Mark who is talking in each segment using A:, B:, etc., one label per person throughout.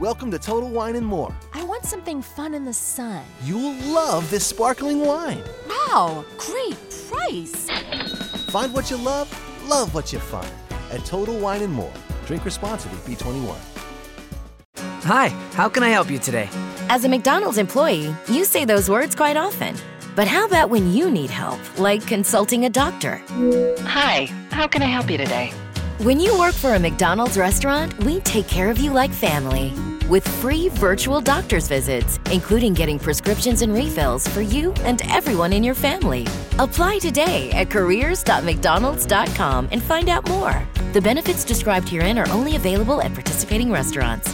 A: Welcome to Total Wine and More.
B: I want something fun in the sun.
A: You'll love this sparkling wine.
B: Wow, great price.
A: Find what you love, love what you find at Total Wine and More. Drink responsibly, B21.
C: Hi, how can I help you today?
D: As a McDonald's employee, you say those words quite often. But how about when you need help, like consulting a doctor?
E: Hi, how can I help you today?
D: When you work for a McDonald's restaurant, we take care of you like family with free virtual doctor's visits, including getting prescriptions and refills for you and everyone in your family. Apply today at careers.mcdonald's.com and find out more. The benefits described herein are only available at participating restaurants.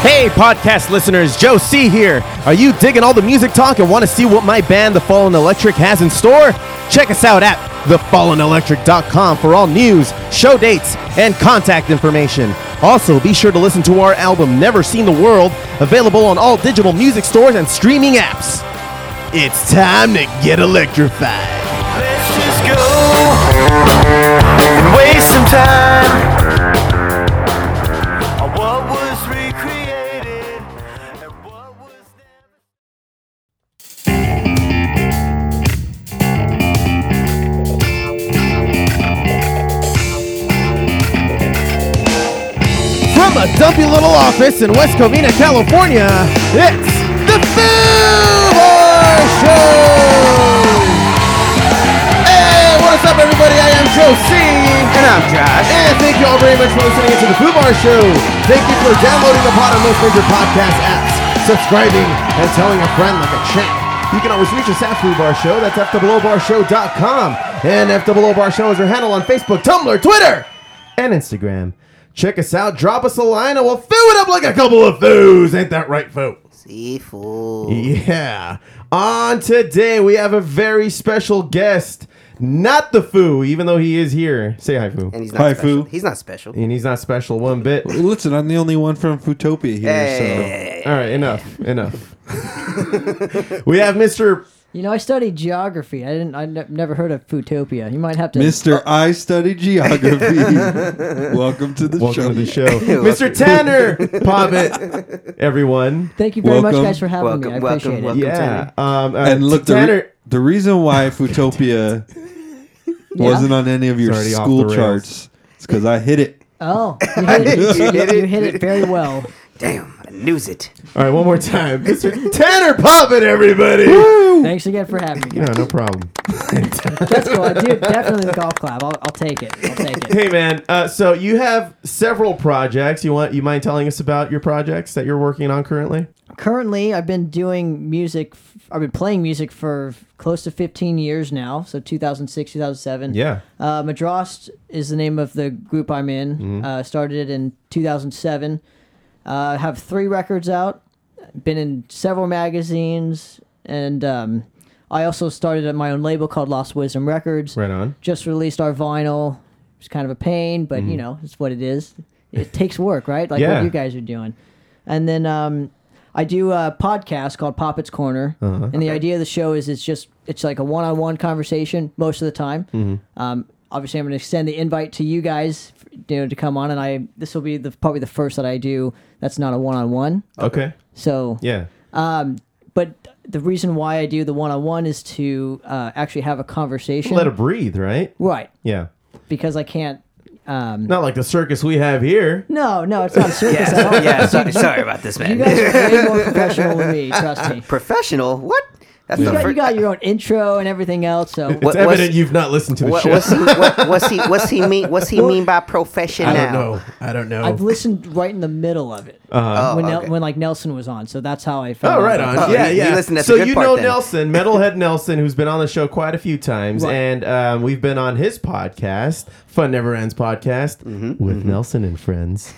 F: Hey, podcast listeners, Joe C here. Are you digging all the music talk and want to see what my band, The Fallen Electric, has in store? Check us out at thefallenelectric.com for all news, show dates, and contact information. Also, be sure to listen to our album, Never Seen the World, available on all digital music stores and streaming apps. It's time to get electrified.
G: Let's just go and waste some time on what was recreated and what was never.
F: From a dumpy little office in West Covina, California, it's the Foo Bar Show! Hey, what's up, everybody? I am Joe C. And I'm Josh. And thank you all very much for listening to the Foo Bar Show. Thank you for downloading the pod on most major podcast apps, subscribing, and telling a friend like a champ. You can always reach us at Foo Bar Show. That's FOOBarshow.com. And FOO Bar Show is our handle on Facebook, Tumblr, Twitter and Instagram. Check us out. Drop us a line, and we'll fill it up like a couple of foos. Ain't that right, folks? Yeah. On today, we have a very special guest. Not the foo, even though he is here. Say hi, foo.
H: And he's not
I: Hi,
H: special.
I: Foo.
H: He's not special.
F: And he's not special one bit. All
I: Listen, I'm the only one from Futopia here,
F: right, enough, enough. we have Mr.
J: You know, I studied geography. I didn't. I ne- never heard of Futopia. You might have to.
I: so Mr. I study geography. Welcome to the
F: Welcome
I: show.
F: to the show, Mr. Tanner Pobbit. Everyone,
J: Thank you very much,
I: Welcome.
J: guys, for having
H: Welcome,
J: me. I
H: welcome,
J: appreciate
H: welcome.
J: it.
F: yeah. Um, uh,
I: And look, the, re-
F: Tanner.
I: the reason why Futopia wasn't on any of your
F: It's already off the
I: school
F: rails.
I: charts is because I hit it.
J: Oh, you hit, it, you,
H: did
J: you
H: it.
J: hit it very well.
H: Damn, I knew it.
F: All right, one more time, Mr. Tanner Pobbit. Everybody.
J: Thanks again for having me.
F: No, no problem.
J: That's cool. I do definitely the golf clap. I'll, I'll take it. I'll take it.
F: Hey man, uh, so you have several projects. You want you mind telling us about your projects that you're working on currently?
J: Currently, I've been doing music. f- I've been playing music for close to 15 years now. So 2006, 2007. Uh, Madrost is the name of the group I'm in. Uh, started in 2007. Uh, have three records out. Been in several magazines, and um, I also started at my own label called Lost Wisdom Records.
F: Right on.
J: Just released our vinyl. It's kind of a pain, but you know, it's what it is. It takes work, right? Like
F: Mm-hmm. Yeah.
J: what you guys are doing. And then um, I do a podcast called Poppet's Corner,
F: Uh-huh.
J: and the idea of the show is it's just it's like a one-on-one conversation most of the time.
F: Mm-hmm.
J: Um, obviously, I'm going to extend the invite to you guys, you know, to come on, and I this will be the probably the first that I do that's not a one-on-one.
F: Okay.
J: So
F: Yeah.
J: um, but the reason why I do the one-on-one is to uh, actually have a conversation.
F: Let it breathe, right?
J: right,
F: Yeah.
J: because I can't. Um,
F: Not like the circus we have here.
J: no, no, it's not a circus at all.
H: Yeah, sorry, sorry about this, man.
J: You guys are way more professional than me. Trust me.
H: Professional? What? That's
J: You
H: the
J: got, you
H: first.
J: got your own intro and everything else, so
H: What-
F: It's
H: what's-
F: evident you've not listened to the
H: What,
F: show.
H: what's he? What, what's he? What's he mean? What's he mean by professional?
F: I don't know. I don't know.
J: I've listened right in the middle of it when Nel-
H: Oh, okay.
J: when like Nelson was on, so that's how I found.
F: Uh-huh. Oh, right
J: out
F: on.
J: about it.
F: yeah,
H: you- you
F: yeah.
H: listened at the
F: so
H: good
F: you
H: part
F: know
H: then.
F: Nelson, Metalhead Nelson, who's been on the show quite a few times,
J: Right.
F: and um, we've been on his podcast, Fun Never Ends podcast,
H: Mm-hmm,
F: with Nelson and friends.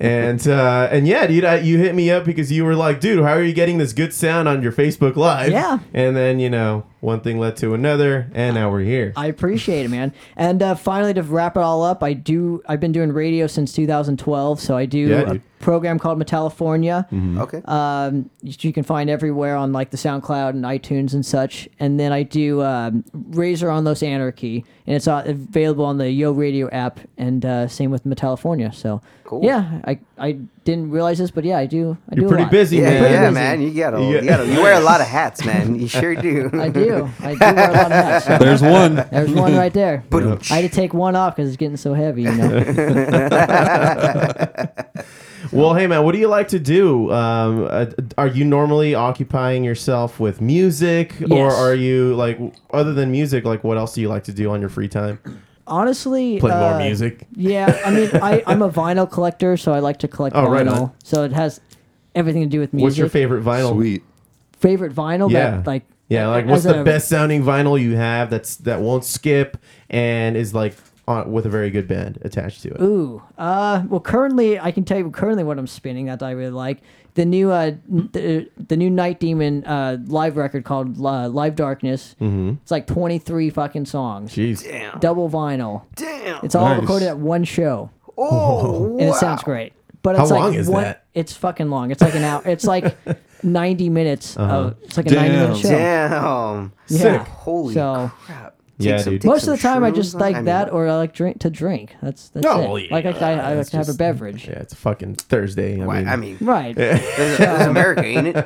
F: and uh, and yeah, dude, I, you hit me up because you were like, dude, how are you getting this good sound on your Facebook Live?
J: Yeah.
F: And then you know, one thing led to another, and now we're here.
J: I appreciate it, man. And uh, finally, to wrap it all up, I do. I've been doing radio since 2012, so I do
F: Yeah,
J: a
F: dude.
J: program called Metallifornia.
K: Mm-hmm.
H: Okay.
J: Um, which you can find everywhere on like the SoundCloud and iTunes and such. And then I do um, Razor on Los Anarchy, and it's uh, available on the Yo Radio app. And uh, same with Metallifornia. So
H: Cool.
J: yeah, I I didn't realize this, but yeah, I do. I do a
K: pretty
J: lot.
K: busy,
H: yeah,
K: man.
J: Pretty
H: yeah,
J: busy.
H: man. You gotta,
K: You
H: you,
K: got-
H: gotta, you wear a lot of hats, man. You sure do.
J: I do. I do wear a lot of hats.
I: There's one.
J: There's one right there.
H: Ba-doom.
J: I had to take one off because it's getting so heavy. You know,
F: Well, hey man, what do you like to do? Um, uh, are you normally occupying yourself with music, or
J: Yes.
F: are you like w- other than music? Like, what else do you like to do on your free time?
J: honestly,
F: Play more
J: uh,
F: music.
J: Yeah, I mean, I, I'm a vinyl collector, so I like to collect
F: Oh,
J: vinyl.
F: right on.
J: So it has everything to do with music.
F: What's your favorite vinyl?
I: Sweet.
J: favorite vinyl?
F: Yeah,
J: That, like
F: yeah, like
J: as
F: what's the
J: a-
F: best sounding vinyl you have that's that won't skip and is like on, with a very good band attached to it.
J: Ooh, uh, well, currently I can tell you currently what I'm spinning that I really like. The new, uh, n- the, the new Night Demon uh, live record called uh, Live Darkness. Mm-hmm. It's like 23 fucking songs,
F: Jeez,
J: double vinyl.
H: Damn.
J: It's all
I: Nice.
J: recorded at one show,
H: Oh,
J: and it sounds great. But
F: How
J: it's
F: long
J: like
F: is
J: one,
F: that?
J: It's fucking long. It's like an hour. It's like 90 minutes.
F: Uh-huh.
J: Of, it's like a 90
I: Damn.
J: minute show.
H: damn.
J: Yeah.
H: Holy
J: So-
H: crap.
F: Yeah,
H: Take some-
F: dude.
H: take
J: Most of
H: some
J: the time, I
H: shrooms
J: just
H: on-
J: like
H: I mean,
J: that, or I like drink to drink. That's that's
F: Oh,
J: it.
F: yeah,
J: like I, I, I like
F: that's
J: to have a
F: just-
J: beverage.
F: yeah, it's a fucking Thursday. I
H: why-
F: mean,
H: I mean,
J: Right. Uh,
H: this this is America, ain't it?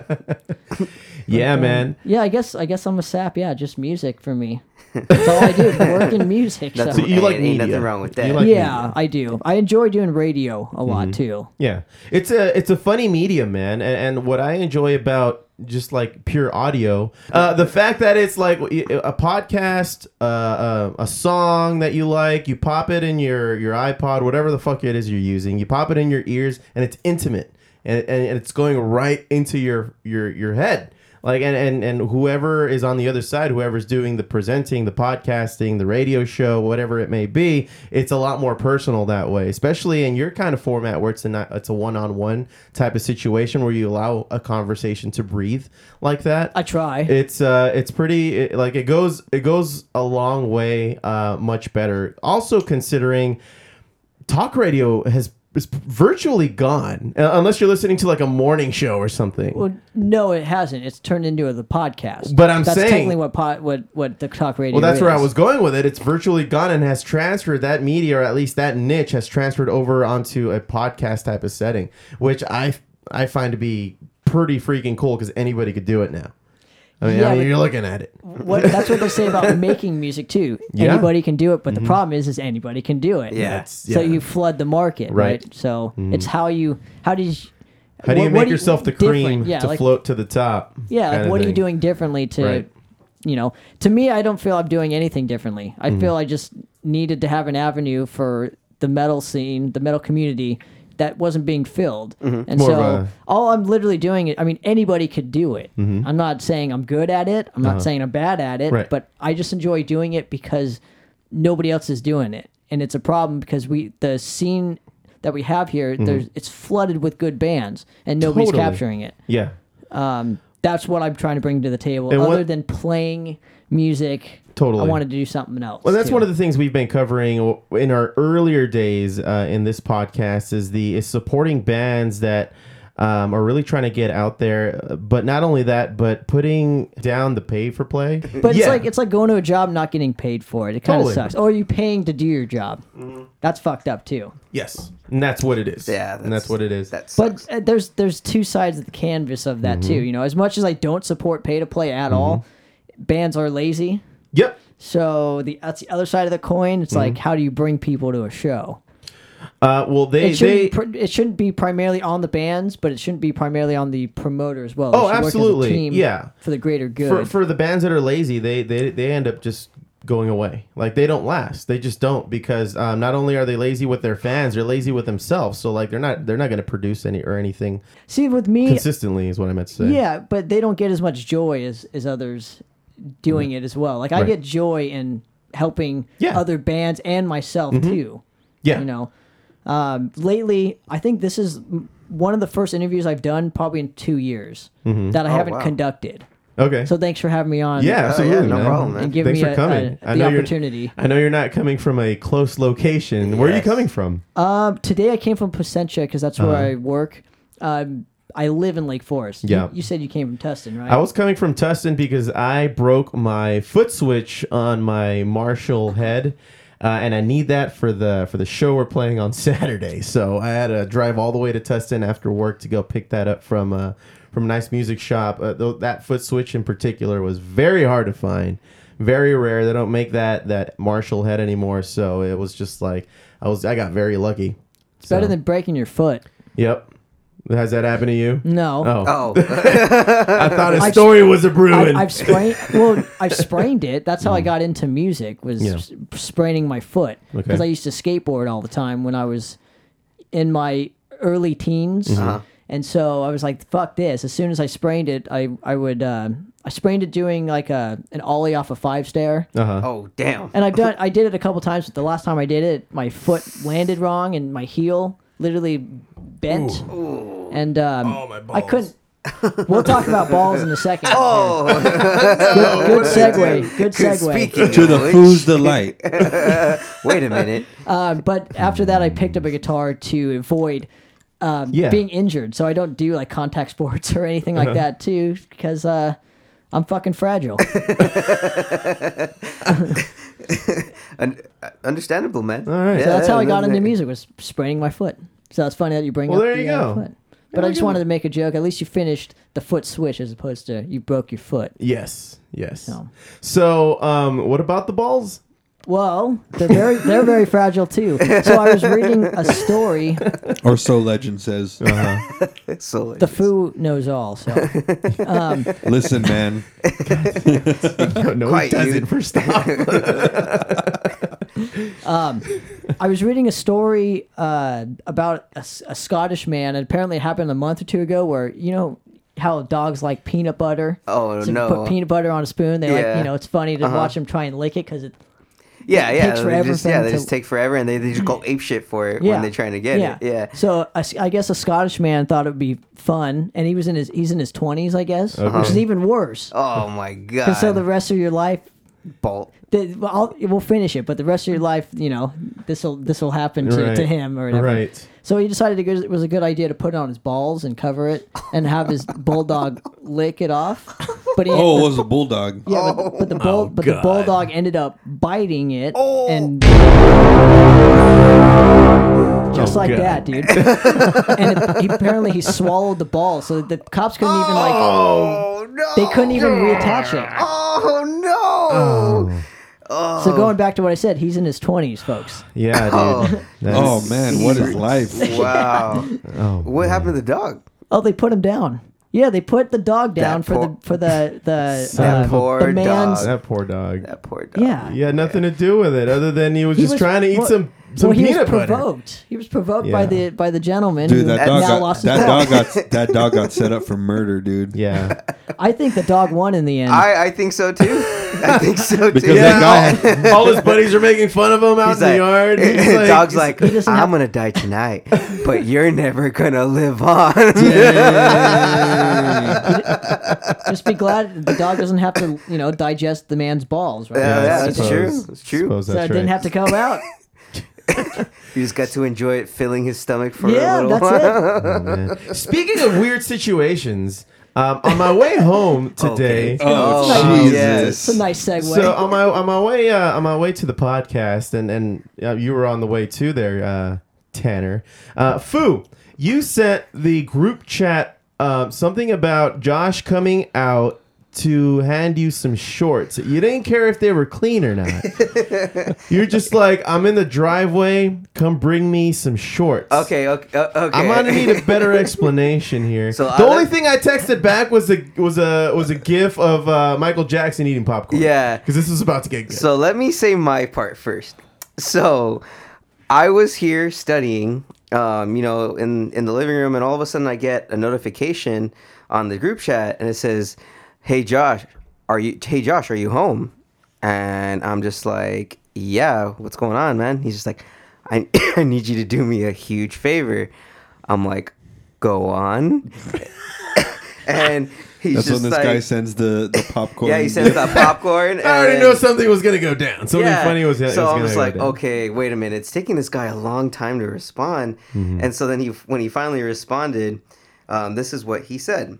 F: yeah,
J: mm-hmm.
F: man.
J: Yeah, I guess I guess I'm a sap. Yeah, just music for me. That's all I do. Work and music.
H: That's
J: so.
H: what-
F: You like
H: Ain't- ain't
F: media.
H: nothing wrong with
F: You
H: that.
F: like Mm-hmm. media.
J: yeah, I do. I enjoy doing radio a lot too.
F: Yeah, it's a it's a funny medium, man. And, and what I enjoy about just like pure audio, uh, the fact that it's like a podcast, uh, uh, a song that you like, you pop it in your your iPod, whatever the fuck it is you're using, you pop it in your ears, and it's intimate, and, and it's going right into your your your head. Like and, and and whoever is on the other side, whoever's doing the presenting, the podcasting, the radio show, whatever it may be, it's a lot more personal that way. Especially in your kind of format where it's a not, it's a one on one type of situation where you allow a conversation to breathe like that.
J: I try.
F: It's uh, it's pretty it, like it goes it goes a long way, uh, much better. Also considering talk radio has is virtually gone uh, unless you're listening to like a morning show or something.
J: well, no, it hasn't. It's turned into the podcast.
F: But I'm
J: that's
F: saying-
J: technically what pod, what what the talk radio.
F: Well, that's where I
J: is.
F: was going with it. It's virtually gone and has transferred that media, or at least that niche, has transferred over onto a podcast type of setting, which I I find to be pretty freaking cool because anybody could do it now. I mean, I
J: Yeah,
F: mean
J: but-
F: you're looking at it.
J: What, that's what they say about making music too.
F: Yeah.
J: Anybody can do it, but the problem is, is anybody can do it.
H: Yeah.
F: It's-
J: So
F: yeah.
J: you flood the market, right?
F: Right. Mm-hmm.
J: So it's how you how do you
F: How do you
J: what- what
F: make yourself the
J: different-
F: cream
J: yeah,
F: to
J: like-
F: float to the top?
J: Yeah,
F: kinda
J: like what are you
F: thing?
J: doing differently to,
F: Right.
J: you know? To me, I don't feel I'm doing anything differently. I
F: Mm-hmm.
J: feel I just needed to have an avenue for the metal scene, the metal community that wasn't being filled, and
F: Mm-hmm. More of
J: so
F: a- Mm-hmm.
J: all I'm literally doing it. I mean, anybody could do it. I'm not saying I'm good at it. I'm not saying I'm bad at it.
F: Uh-huh. Right.
J: But I just enjoy doing it because nobody else is doing it, and it's a problem because we the scene that we have here, there's it's flooded with good bands, and nobody's
F: Mm-hmm. Totally.
J: capturing it
F: Yeah,
J: um, that's what I'm trying to bring to the table.
F: And
J: Other
F: what-
J: than playing music,
F: Totally.
J: I wanted to do something else.
F: Well, that's
J: too.
F: one of the things we've been covering o- in our earlier days uh, in this podcast is the is supporting bands that um, are really trying to get out there. Uh, But not only that, but putting down the pay for play.
J: But
F: Yeah.
J: it's like it's like going to a job and not getting paid for it. It kind of
F: Totally.
J: sucks. Or are you paying to do your job? That's fucked up too.
F: yes, and that's what it is.
H: Yeah,
F: and that's what it is.
H: That sucks.
J: But uh, there's there's two sides of the canvas of that
F: Mm-hmm.
J: too. You know, as much as I don't support pay to play at all, bands are lazy.
F: yep.
J: So the that's the other side of the coin.
F: Mm-hmm.
J: It's like how do you bring people to a show?
F: Uh, well, they
J: It
F: they
J: shouldn't, pr- it shouldn't be primarily on the bands, but it shouldn't be primarily on the promoter as well. They
F: Oh,
J: should work as a
F: absolutely.
J: team
F: Yeah.
J: for the greater good.
F: for, for the bands that are lazy, they, they they end up just going away. Like they don't last. They just don't because um, not only are they lazy with their fans, they're lazy with themselves. So like they're not they're not going to produce any or anything
J: See, with me,
F: consistently is what I meant to say.
J: yeah, but they don't get as much joy as as others doing it as well. Like I
F: Right.
J: get joy in helping
F: Yeah. Mm-hmm.
J: other bands and myself too.
F: Yeah.
J: you know. Um, lately, I think this is m- one of the first interviews I've done probably in two years that I haven't
H: wow.
J: conducted.
F: Okay.
J: So thanks for having me on.
F: Mm-hmm. Oh, Yeah, absolutely.
J: And
F: man.
J: And giving
F: Thanks
J: me
F: for
J: a-
F: coming.
J: a-
F: I
J: the
F: know you're-
J: opportunity.
F: I know you're not coming from a close location. Where are you coming from?
J: Um, today I came from Placentia because that's where
F: Uh-huh.
J: I work. Um, I live in Lake Forest. You-
F: Yeah.
J: You, said you came from Tustin, right?
F: I was coming from Tustin because I broke my foot switch on my Marshall head. Uh, and I need that for the for the show we're playing on Saturday. So I had to drive all the way to Tustin after work to go pick that up from uh, from a nice music shop. Uh, th- that foot switch in particular was very hard to find, very rare. They don't make that that Marshall head anymore. So it was just like I was I got very lucky.
J: it's better than breaking your foot.
F: Yep. Has that happened to you?
J: No.
F: Oh. I thought a story was a brewing.
J: I, have sprained. Well, I've sprained it. That's how I got into music was
F: Mm. Yeah.
J: s- spraining my foot
F: Okay.
J: because I used to skateboard all the time when I was in my early teens,
F: Mm-hmm.
L: Uh-huh.
J: and so I was like, "Fuck this!" As soon as I sprained it, I I would uh, I sprained it doing like a an ollie off a five stair.
F: Uh-huh.
H: Oh, damn.
J: And I've done I did it a couple times, but the last time I did it, my foot landed wrong and my heel literally bent. And um, I couldn't. We'll talk about balls in a second.
H: Oh.
J: good, good segue. Good segue.
I: to the fool's delight.
H: Wait a minute.
J: Um, but after that, I picked up a guitar to avoid um,
H: Yeah.
J: being injured, so I don't do like contact sports or anything like
H: Uh-huh.
J: that too, because uh, I'm fucking fragile.
H: Un- uh, understandable, man.
F: All right.
J: so that's how I got into music was spraining my foot. So it's funny that you bring
F: Well,
J: up
F: there
J: the
F: you
J: uh,
F: go.
J: foot. But
F: There
J: I
F: you
J: just
F: go.
J: wanted to make a joke. At least you finished the foot switch as opposed to you broke your foot.
F: Yes. Yes.
J: No.
F: So, um, what about the balls?
J: Well, they're very they're very fragile too. So I was reading a story.
I: Or so legend says. Uh-huh.
H: so
J: The foo knows all. So um,
I: Listen, man.
F: no, he
I: Quiet,
F: doesn't
I: dude.
F: for stop.
J: um, I was reading a story uh, about a, S- a Scottish man, and apparently it happened a month or two ago. Where you know how dogs like peanut butter.
H: Oh,
J: So you
H: no.
J: Put peanut butter on a spoon. They like
H: Yeah.
J: you know it's funny to
H: Uh-huh.
J: watch them try and lick it because it
H: Yeah,
J: it
H: yeah.
J: takes
H: They
J: forever
H: just,
J: for
H: yeah,
J: them
H: they
J: to-
H: just take forever and they, they just go ape shit for it when they're trying to get it. Yeah.
J: So a s- I guess a Scottish man thought it would be fun, and he was in his he's in his twenties, I guess,
H: Uh-huh.
J: which is even worse.
H: Oh my
J: 'Cause so
H: god.
J: the rest of your life,
H: Bolt.
J: the, well, I'll, we'll finish it, but the rest of your life, you know, this will this will happen to,
F: Right.
J: to him or whatever.
F: Right.
J: So he decided to go, it was a good idea to put it on his balls and cover it and have his bulldog lick it off. But he
I: Oh, it was a bulldog.
J: yeah, but, but the bull, but the
I: God.
J: bulldog ended up biting it,
H: Oh.
J: and just
I: Oh,
J: like
I: God.
J: that, dude. and it, he, apparently, he swallowed the ball, so the cops couldn't even like.
H: Oh no!
J: They couldn't even reattach it.
H: Oh no! Oh.
J: So going back to what I said, he's in his twenties, folks.
F: Yeah, dude.
H: Oh.
F: That's-
I: Oh, man, what is life?
H: Wow.
F: Oh,
H: what happened to the dog?
J: Oh, they put him down. Yeah, they put the dog down for the for the the, uh, the man's.
F: oh, That poor dog. That
H: poor dog.
J: Yeah.
F: He had nothing to do with it other than he was
J: He
F: just
J: was-
F: trying to eat
J: well-
F: some some
J: well, he
F: peanut
J: was
F: butter.
J: provoked. He was provoked by
F: Yeah.
J: the by the gentleman who
I: Dude, that dog
J: now
I: got
J: lost his
I: that
J: dog.
I: dog got that dog got set up for murder, dude.
F: Yeah,
J: I think the dog won in the end.
H: I, I think so too. I think so too.
I: Because that guy
F: All his buddies are making fun of him out
H: He's
F: in the
H: like-
F: yard. He's like-
H: dog's like, I'm
J: doesn't have-
H: gonna die tonight, but you're never gonna live on.
J: Just be glad the dog doesn't have to, you know, digest the man's balls. Right?
H: Yeah, yeah, that's
J: So-
H: true. That's true. Suppose
J: So
H: that's
J: it didn't
H: right.
J: have to come out.
H: you just got to enjoy it, filling his stomach for
J: Yeah,
H: a little
J: that's
H: while.
J: it.
F: Oh, man. Speaking of weird situations, um, on my way home today.
I: Oh, Oh, Jesus.
J: It's a nice segue.
F: So on my on my way uh, on my way to the podcast, and and uh, you were on the way too there, uh, Tanner. Uh, Foo, you sent the group chat um, something about Josh coming out to hand you some shorts. You didn't care if they were clean or not. You're just like, I'm in the driveway. Come bring me some shorts.
H: Okay, okay, uh, okay.
F: I'm gonna need a better explanation here.
H: So
F: the
H: I-
F: only thing I texted back was a was a was a gif of uh, Michael Jackson eating popcorn.
H: Yeah.
F: because this is about to get good.
H: So let me say my part first. So I was here studying, um, you know, in in the living room, and all of a sudden I get a notification on the group chat, and it says, "Hey Josh, are you? Hey Josh, are you home?" And I'm just like, "Yeah, what's going on, man?" He's just like, "I I need you to do me a huge favor." I'm like, "Go on." and he's
I: That's
H: just
I: when this
H: like,
I: guy sends the, the popcorn.
H: yeah, he sends that popcorn.
F: I already
H: and-
F: know something was gonna go down. Something funny was,
H: So
F: was
H: I
F: gonna
H: was
F: go
H: like,
F: down.
H: okay, wait a minute. It's taking this guy a long time to respond.
F: Mhm.
H: And so then he, when he finally responded, um, this is what he said.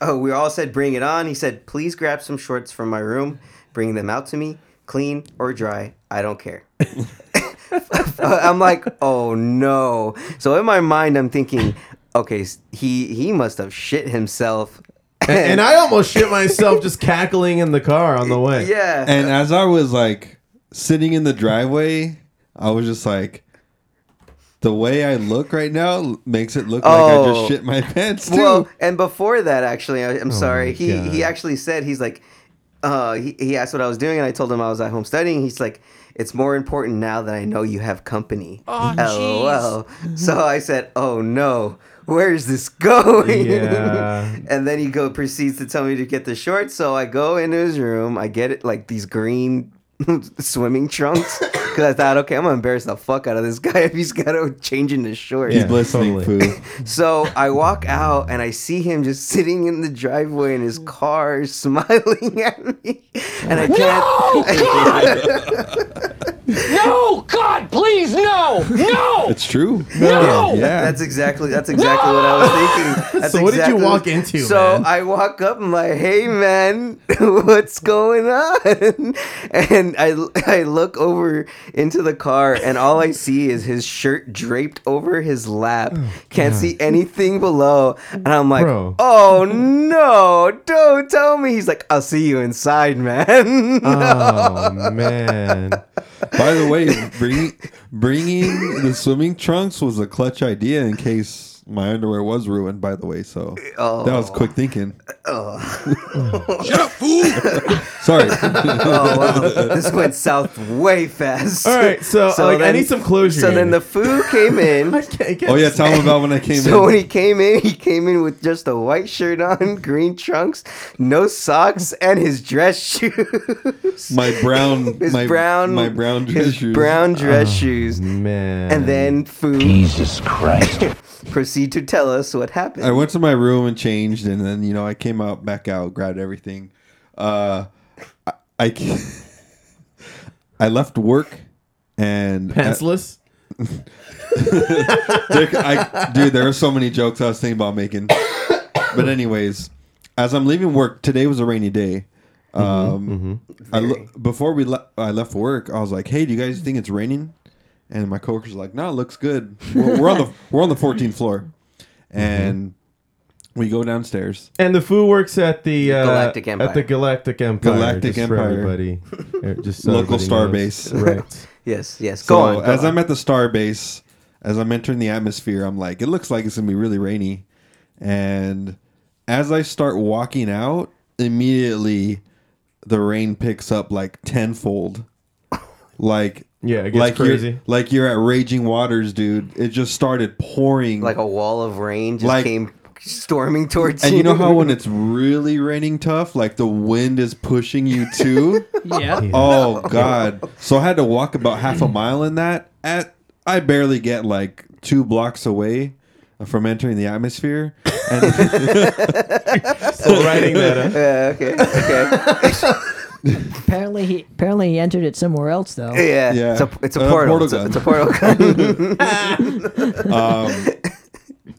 H: Oh, we all said, bring it on. He said, please grab some shorts from my room, bring them out to me, clean or dry. I don't care. I'm like, oh no. So in my mind, I'm thinking, okay, s- he he must have shit himself.
F: And, and I almost shit myself just cackling in the car on the way.
H: Yeah.
I: And as I was like sitting in the driveway, I was just like, the way I look right now makes it look like I
H: Oh.
I: just shit my pants too.
H: Well, and before that, actually, I, I'm sorry. He
I: God.
H: he actually said he's like, uh, he, he asked what I was doing, and I told him I was at home studying. He's like, it's more important now that I know you have company.
G: Oh,
H: LOL. So I said, oh no, where is this going?
F: Yeah.
H: and then he go proceeds to tell me to get the shorts. So I go into his room. I get it like these green. swimming trunks because I thought, okay, I'm gonna embarrass the fuck out of this guy if he's gotta change into shorts.
I: He's listening, poo.
H: So I walk out and I see him just sitting in the driveway in his car, smiling at me, and I can't.
G: No, God, please, no, no.
I: It's true.
G: No!
H: Yeah, that's exactly that's exactly what I was thinking. That's
F: So what did you
H: exactly-
F: walk into,
H: So
F: man?
H: I walk up and like, hey man, what's going on? And I I look over into the car and all I see is his shirt draped over his lap. Can't see anything below. And I'm like,
F: Oh, Bro.
H: oh no, don't tell me. He's like, I'll see you inside, man.
F: Oh man.
I: By the way, bringing bringing the swimming trunks was a clutch idea in case my underwear was ruined. By the way, so that was quick thinking.
H: Oh. Shut up, fool.
I: Sorry.
H: oh wow, this went south way fast.
F: All right, so, like, I need some closure
H: So
F: here.
H: then the food came in.
I: Oh yeah, tell him about when I came
H: so
I: in.
H: when he came in, he came in with just a white shirt on, green trunks, no socks, and his dress shoes.
I: my brown,
H: His
I: my
H: brown,
I: my brown dress
H: his
I: shoes. Ah.
H: brown dress shoes,
F: man.
H: and then food. Jesus Christ! proceed to tell us what happened.
I: I went to my room and changed, and then you know I came out, back out, grabbed everything. Uh, I, I ca- I left work and
F: Pantsless?
I: Dick, I, dude, there are so many jokes I was thinking about making. But anyways, as I'm leaving work, today was a rainy day. Um, I lo- before we le- I left work, I was like, "Hey, do you guys think it's raining?" And my coworkers were like, "No, it looks good. We're, we're on the we're on the 14th floor." And we go downstairs.
F: And the foo works at the uh,
H: Galactic
F: At the
H: Empire.
F: Galactic Empire.
I: Galactic
F: just for
I: Empire.
F: everybody. Uh, Just so
I: Local
F: everybody
I: star
F: knows.
I: base.
F: Right.
H: yes, yes.
I: So uh,
H: Go on. go
I: as
H: on.
I: I'm at the star base, as I'm entering the atmosphere, I'm like, it looks like it's gonna be really rainy. And as I start walking out, immediately the rain picks up like tenfold. Like
F: Yeah, it gets
I: like
F: crazy.
I: You're, like you're at raging waters, dude. It just started pouring.
H: like a wall of rain just
I: Like-
H: came storming towards
I: and
H: you.
I: you know how when it's really raining tough, like the wind is pushing you too.
J: Yeah.
I: Oh God! So I had to walk about half a mile in that. At I barely get like two blocks away from entering the atmosphere, and
F: Still writing that up.
H: Yeah, okay, okay.
J: Apparently he apparently he entered it somewhere else though.
H: Yeah,
I: Yeah.
H: It's, a, it's a
I: Uh,
H: portal.
I: portal
H: it's, a,
I: gun.
H: it's a portal gun.
I: um,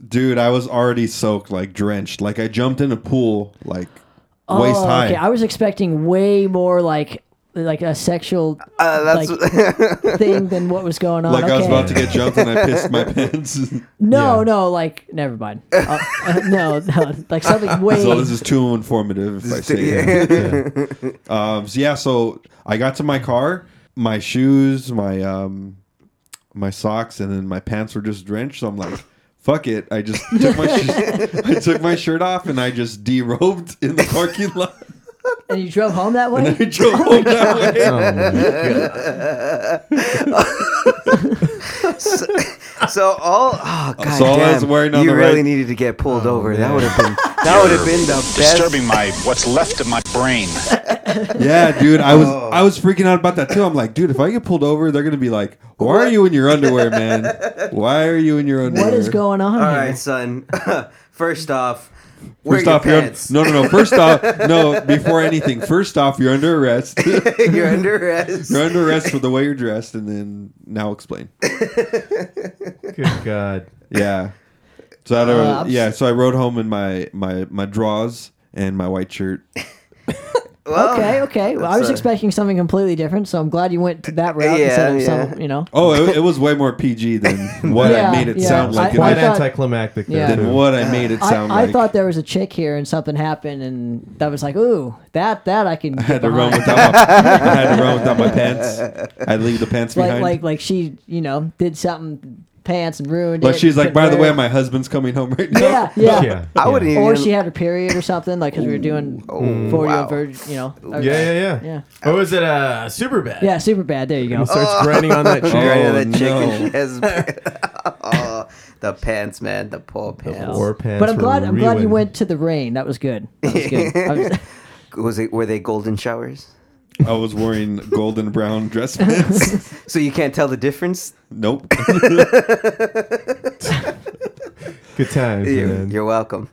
I: dude, I was already soaked, like drenched. Like I jumped in a pool, like waist
J: oh,
I: high.
J: Okay, I was expecting way more like like a sexual
H: Uh, that's
J: like, thing than what was going on.
I: like
J: okay.
I: I was about to get jumped, and I pissed my pants.
J: No,
F: Yeah.
J: no, like never mind. Uh, uh, no, no, like something way.
I: so this is too informative. If I say that. Um, so yeah, so I got to my car, my shoes, my um, my socks, and then my pants were just drenched. So I'm like, "Fuck it!" I just took my sh- I took my shirt off and I just derobed in the parking lot.
J: and you drove home that
I: I
J: way.
I: drove home that way.
F: Oh,
H: so all oh god
I: So all I
H: damn,
I: was wearing on
H: you
I: the
H: really
I: right- Oh,
H: needed to get pulled over. That would have been that would have been the best.
L: disturbing my what's left of my brain.
I: Yeah, dude, I was I was freaking out about that too. I'm like, dude, if I get pulled over, they're gonna be like, "Why are you in your underwear, man? Why are you in your underwear?"
J: What is going on
H: All
J: here?
H: right, son. First off, Wear
I: First
H: your
I: off, you're
H: pants.
I: no, no, no. First off, no. Before anything, first off, you're under arrest.
H: you're under arrest.
I: you're under arrest for the way you're dressed, and then now explain.
F: Good God.
I: Yeah. So I
F: Uh,
I: don't,
F: I'm
I: yeah. So I rode home in my my my drawers and my white shirt.
J: okay, okay. Well, I
I: that's
J: was
I: a-
J: expecting something completely different, so I'm glad you went to that route instead of some, you know.
I: Oh, it, it was way more PG than what
J: Yeah,
I: I made it
J: yeah.
I: sound like.
J: I- Quite I thought-
F: anticlimactic
J: there,
I: than
J: too.
I: what I made it
J: I,
I: sound
J: I
I: like.
J: thought there was a chick here and something happened, and that was like, ooh, that that I can.
I: I had to run
J: behind.
I: without my, I had to run without my pants. I'd leave the pants
J: like
I: behind.
J: like like she, you know, did something pants and ruined
I: But
J: it.
I: she's like,
J: couldn't
I: by the way,
J: wear it."
I: my husband's coming home right now.
J: Yeah, yeah.
H: I wouldn't even.
J: Or she had her period or something, like because we were doing
H: oh,
J: forty
H: wow.
J: on virgin, you know.
F: Yeah, yeah, yeah.
J: Yeah.
F: Or was it uh, super bad?
J: Yeah, super bad. There you go.
F: And he starts grinding on that chick.
H: Oh. Grinding on that
F: Oh,
H: chick and
F: no.
H: she has- oh, the pants, man. The poor pants.
F: poor pants.
J: But I'm glad. I'm glad you went to the rain. That was good. That was good. I was-
H: was it? Were they golden showers?
I: I was wearing golden brown dress pants.
H: so you can't tell the difference.
I: Nope.
F: Good times,
H: You're,
F: man.
H: you're welcome.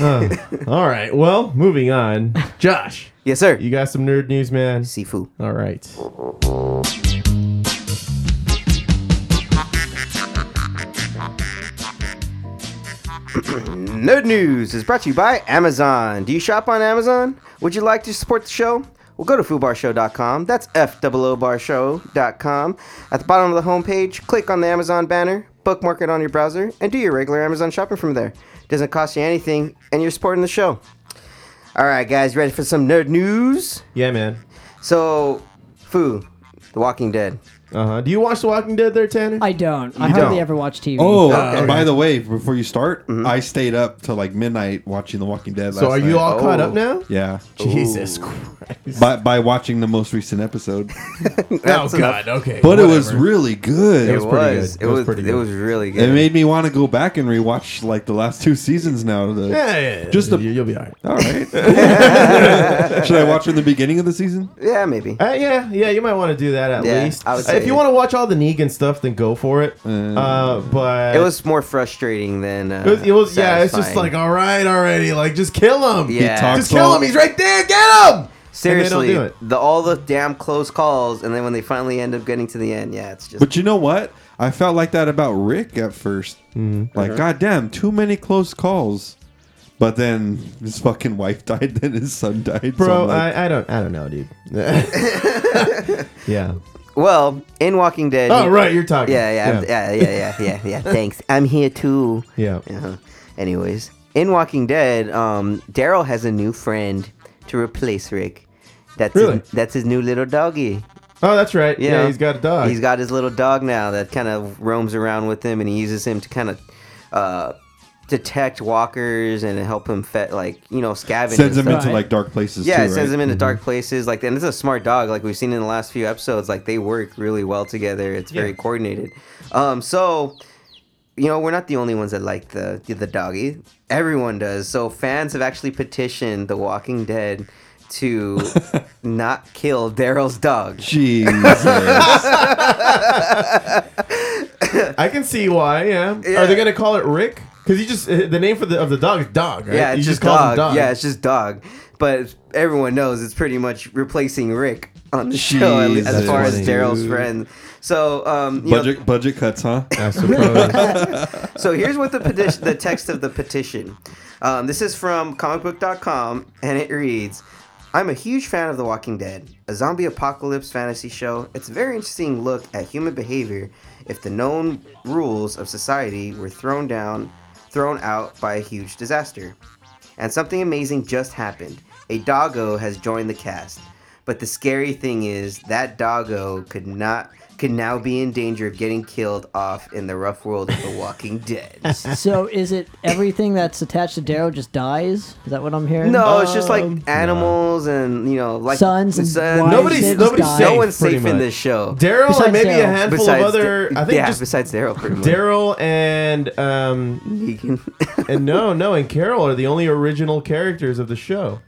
F: Uh, all right. Well, moving on. Josh.
H: Yes, sir.
F: You got some nerd news, man.
H: Sifu.
F: All right.
H: Nerd News is brought to you by Amazon. Do you shop on Amazon? Would you like to support the show? Well, go to foobarshow.com. That's F-O-O-barshow.com. At the bottom of the homepage, click on the Amazon banner, bookmark it on your browser, and do your regular Amazon shopping from there. Doesn't cost you anything, and you're supporting the show. All right, guys, ready for some nerd news?
F: Yeah, man.
H: So, Foo, The Walking Dead.
F: Uh huh. Do you watch The Walking Dead there, Tanner?
J: I don't. I
I: You
J: hardly
I: don't.
J: ever watch TV.
I: Oh, by the way, before you start, I stayed up till like midnight watching The Walking Dead.
F: So
I: last
F: are you
I: night.
F: all caught up
H: Oh.
F: now?
I: Yeah.
F: Jesus Christ.
I: By, by watching the most recent episode,
F: Oh,
H: That's
F: God.
H: enough.
F: Okay.
I: but it was
F: whatever.
I: really good.
F: It was pretty good.
H: It was,
F: pretty
H: it
F: good.
H: was really
I: It
H: good.
I: made me want to go back and rewatch like the last two seasons now. The,
F: Yeah, yeah, yeah.
I: just the
F: you'll be all right.
I: all right. Should I watch from the beginning of the season?
H: yeah, maybe.
F: Uh, yeah, yeah, you might want to do that at
H: Yeah,
F: least.
H: I would
F: Uh,
H: say- Mm.
F: if you want to watch all the Negan stuff, then go for it. Uh, but
H: It was more frustrating than. Uh,
F: it was, it was- yeah, it's just like
H: satisfying.
F: all right already. Like just kill him.
H: Yeah. He talks
F: just kill
I: all-
F: him. He's right there. Get him.
H: Seriously,
F: And they don't do
H: the all the damn close calls, and then when they finally end up getting to the end, yeah, it's just.
I: But you know what? I felt like that about Rick at 1st
F: Mm-hmm.
I: Like,
H: Uh-huh.
I: goddamn, too many close calls. But then his fucking wife died, then his son died.
F: Bro,
I: I'm like,
F: I, I don't I don't know, dude. yeah.
H: well, in Walking Dead.
F: Oh right, you're talking.
H: Yeah, yeah, I'm- yeah, yeah, yeah, yeah, yeah. Thanks. I'm here too.
F: Yeah.
H: Uh-huh. Anyways, in Walking Dead, um, Daryl has a new friend to replace Rick. That's
F: Really?
H: his, that's his new little doggy.
F: Oh, that's right.
H: You
F: Yeah,
H: know,
F: he's got a dog.
H: He's got his little dog now that kind of roams around with him, and he uses him to kind of uh, detect walkers and help him, fe- like you know, scavenge. and
I: sends him
H: stuff.
I: into like dark places.
H: Yeah,
I: too,
H: it sends
I: right?
H: him into dark places. Like, and it's a smart dog. Like we've seen in the last few episodes, like they work really well together. It's very coordinated. Um, so you know, we're not the only ones that like the the doggy. Everyone does. So fans have actually petitioned The Walking Dead to not kill Daryl's dog.
I: Jesus.
F: I can see why. Yeah.
H: Yeah.
F: Are they gonna call it Rick? Because you just uh, the name for the of the dog is dog. Right?
H: Yeah,
F: you
H: it's just
F: call
H: dog. Yeah, it's just dog. But everyone knows it's pretty much replacing Rick on the show, at least, as
I: Jesus.
H: far as
I: Funny.
H: Daryl's friend. So, um, you know,
I: budget budget cuts, huh?
F: I suppose.
H: so here's what the petition, the text of the petition. Um, this is from comicbook.com, and it reads. I'm a huge fan of The Walking Dead, a zombie apocalypse fantasy show. It's a very interesting look at human behavior if the known rules of society were thrown down, thrown out by a huge disaster. And something amazing just happened. A doggo has joined the cast. But the scary thing is that doggo could not could now be in danger of getting killed off in the rough world of The Walking Dead.
J: so is it everything that's attached to Daryl just dies? Is that what I'm hearing?
H: No, it's just like
I: um,
H: animals and you know like
J: Sons and wives,
F: Nobody's-
J: they're just
F: nobody's
J: dying.
F: safe,
H: no one's
F: pretty
H: safe in
F: much.
H: this show.
F: Daryl and
J: Besides
F: maybe a
J: Daryl.
F: handful of other. I think
H: yeah,
F: just
H: besides Daryl, pretty much.
F: Daryl and um
H: Negan.
F: and no no and Carol are the only original characters of the show.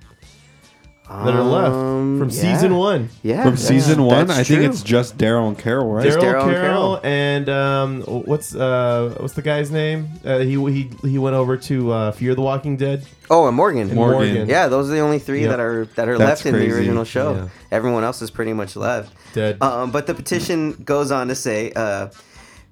F: that are left
H: Um,
F: from season one.
I: from season one. I think it's just Daryl and Carol, right?
F: Daryl Carroll and um, what's uh, what's the guy's name? Uh, he he he went over to uh, Fear the Walking Dead.
H: Oh, and Morgan.
F: And Morgan. Morgan.
H: Yeah, those are the only three
F: Yep.
H: that are that are
F: That's
H: left in
F: crazy.
H: the original show.
F: Yeah.
H: Everyone else is pretty much left.
F: Dead.
H: Um, but the petition goes on to say, uh,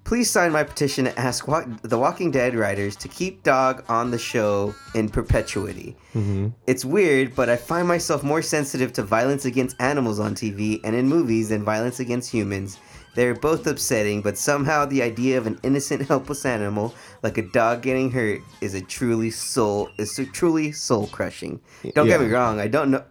H: "Please sign my petition to ask wa- the Walking Dead writers to keep Dog on the show in perpetuity."
F: Mm-hmm.
H: It's weird, but I find myself more sensitive to violence against animals on TV and in movies than violence against humans. They're both upsetting, but somehow the idea of an innocent, helpless animal like a dog getting hurt is a truly soul is so truly soul crushing. Don't get
F: Yeah.
H: me wrong, I don't know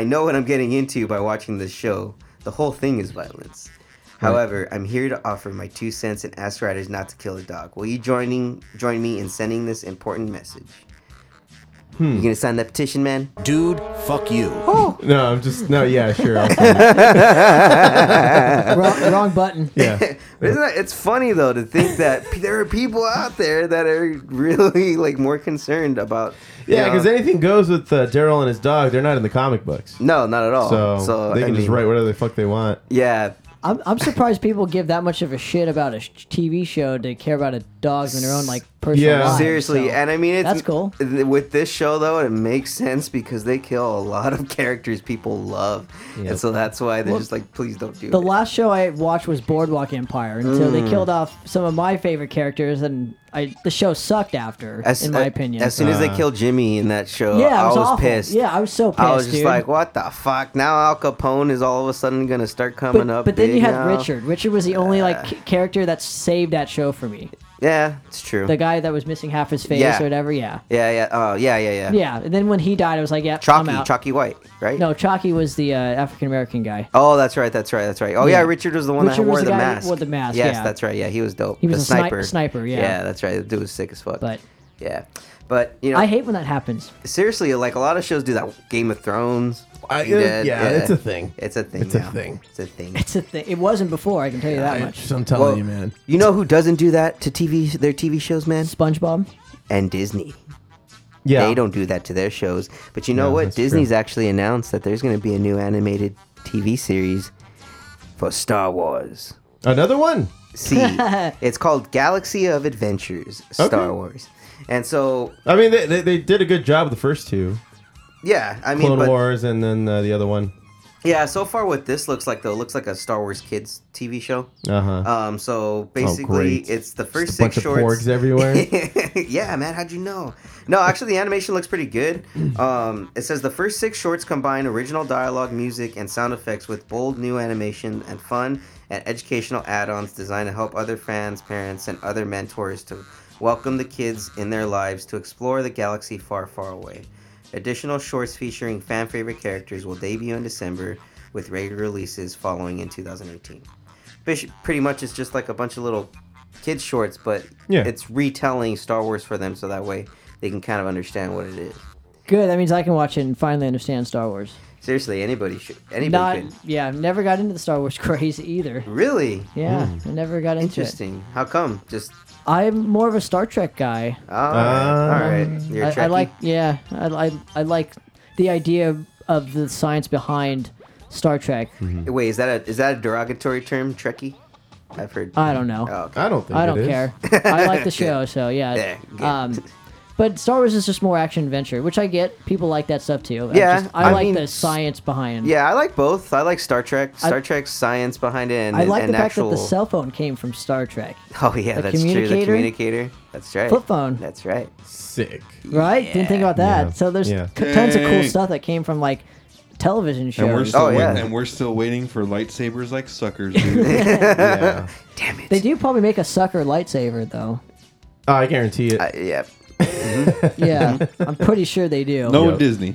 H: I know what I'm getting into by watching this show. The whole thing is violence. However, I'm here to offer my two cents and ask writers not to kill a dog. Will you joining join me in sending this important message? You gonna sign that petition, man?
A: Dude, fuck you.
F: No, I'm just no. Yeah, sure. I'll-
J: Oh, wrong, wrong button.
F: yeah.
H: But Isn't that, it's funny though to think that p- there are people out there that are really like more concerned about. you
F: Yeah,
H: know-
F: because anything goes with uh, Daryl and his dog. They're not in the comic books,
H: no, not at all.
F: so,
H: So,
F: they
H: I
F: can just
H: mean,
F: write whatever the fuck they want.
H: Yeah,
J: I'm, I'm surprised people give that much of a shit about a sh- TV show to care about a dog in their own like personal
F: Yeah.
J: lives,
H: seriously,
J: so
H: and I mean it's
J: that's cool.
H: th- With this show though, it makes sense because they kill a lot of characters people love, and so that's why they're
J: Well,
H: just like, please don't do
J: The
H: it.
J: last show I watched was Boardwalk Empire until they
H: Mm.
J: killed off some of my favorite characters, and I the show sucked after, in my opinion.
H: as soon as
F: Uh-huh.
H: they killed Jimmy in that show,
J: yeah,
H: I
J: it was
H: was
J: awful.
H: pissed.
J: Yeah, I was so pissed.
H: I was just
J: dude.
H: like, what the fuck? Now Al Capone is all of a sudden gonna start coming
J: but,
H: up.
J: but then you
H: big
J: had
H: now.
J: Richard. Richard was the only like c- character that saved that show for me.
H: Yeah, it's true.
J: The guy that was missing half his face
H: Yeah.
J: or whatever. Yeah.
H: Yeah, yeah, oh, yeah, yeah, yeah.
J: yeah, And then when he died, I was like, yeah,
H: Chalky,
J: I'm out.
H: Chalky White, right?
J: No, Chalky was the uh, African American guy.
H: Oh, that's right, that's right, that's right. Oh
J: Yeah.
H: yeah, Richard was the one
J: Richard
H: that
J: was
H: wore
J: the
H: the,
J: guy that
H: mask.
J: wore the mask,
H: Yes,
J: yeah.
H: that's right. Yeah, he was dope.
J: He was
H: the
J: a sni-
H: sniper.
J: sniper, yeah.
H: Yeah, that's right. The dude was sick as fuck.
J: But-
H: yeah, but you know,
J: I hate when that happens.
H: seriously, like a lot of shows do that. Game of Thrones.
F: I-
H: Walking
F: uh,
H: Dead,
F: yeah, it's a thing.
H: It's a thing.
F: It's a
H: now.
F: thing.
H: It's a thing.
J: It's a thing. It wasn't before. I can tell you that much.
F: I'm telling
H: Well,
F: you, man.
H: You know who doesn't do that to TV their TV shows, man?
J: SpongeBob.
H: And Disney.
F: Yeah.
H: They don't do that to their shows. But you know what?
F: that's true.
H: Disney's actually announced that there's going to be a new animated TV series for Star Wars.
F: Another one.
H: See, it's called Galaxy of Adventures Star
F: Okay.
H: Wars. And so,
F: I mean, they, they, they did a good job with the first two,
H: yeah, I mean,
F: Clone
H: but,
F: Wars, and then uh, the other one.
H: yeah, so far what this looks like though, it looks like a Star Wars kids TV show.
F: Uh-huh.
H: Um, so basically,
F: great.
H: it's the first
F: Just a bunch
H: six
F: of
H: shorts.
F: porgs everywhere.
H: yeah, man, how'd you know? No, actually, the animation looks pretty good. Um, it says the first six shorts combine original dialogue, music, and sound effects with bold new animation and fun and educational add-ons designed to help other fans, parents, and other mentors to welcome the kids in their lives to explore the galaxy far, far away. Additional shorts featuring fan favorite characters will debut in December, with regular releases following in 2018. Bish- Pretty much, it's just like a bunch of little kids shorts, but
F: Yeah.
H: it's retelling Star Wars for them, so that way they can kind of understand what it is.
J: Good. That means I can watch it and finally understand Star Wars.
H: Seriously, anybody should. Anybody
J: Not.
H: could.
J: Yeah. Never got into the Star Wars craze either.
H: Really
J: Yeah. I never got into it.
H: Hmm. interesting. How come? Just
J: I'm more of a Star Trek guy.
H: all right. all right. You're a
J: I, I
H: Trekkie?
J: like, yeah, I, I, I like the idea of, of the science behind Star Trek.
H: Wait, is that a is that a derogatory term, Trekkie? I've heard.
J: I don't know.
H: Oh, okay.
F: I don't think
J: I don't
F: it is.
J: care. I like the show, so
H: Yeah,
J: yeah.
H: good.
J: Um, but Star Wars is just more action adventure, which I get. People like that stuff too. I,
H: Yeah,
J: just- I,
H: I
J: like
H: mean,
J: the science behind.
H: Yeah, I like both. I like Star Trek.
J: I-
H: Star Trek's science behind it, and
J: I like
H: and
J: the fact
H: actual.
J: that the cell phone came from Star Trek,
H: oh yeah,
J: the
H: that's true. The
J: communicator-
H: communicator. That's right.
J: Flip phone.
H: That's right.
F: Sick.
J: right? Didn't think about that.
F: Yeah.
J: So there's
F: Yeah.
J: c- tons of cool
I: Dang.
J: stuff that came from like television shows.
I: And we're still
H: Oh,
I: wait-
H: yeah.
I: and we're still waiting for lightsabers like suckers, dude.
F: Yeah.
J: They do probably make a sucker lightsaber though.
F: Oh, I guarantee it.
H: Uh, yeah.
J: Yeah, I'm pretty sure they do.
I: no
F: Yep.
I: Disney.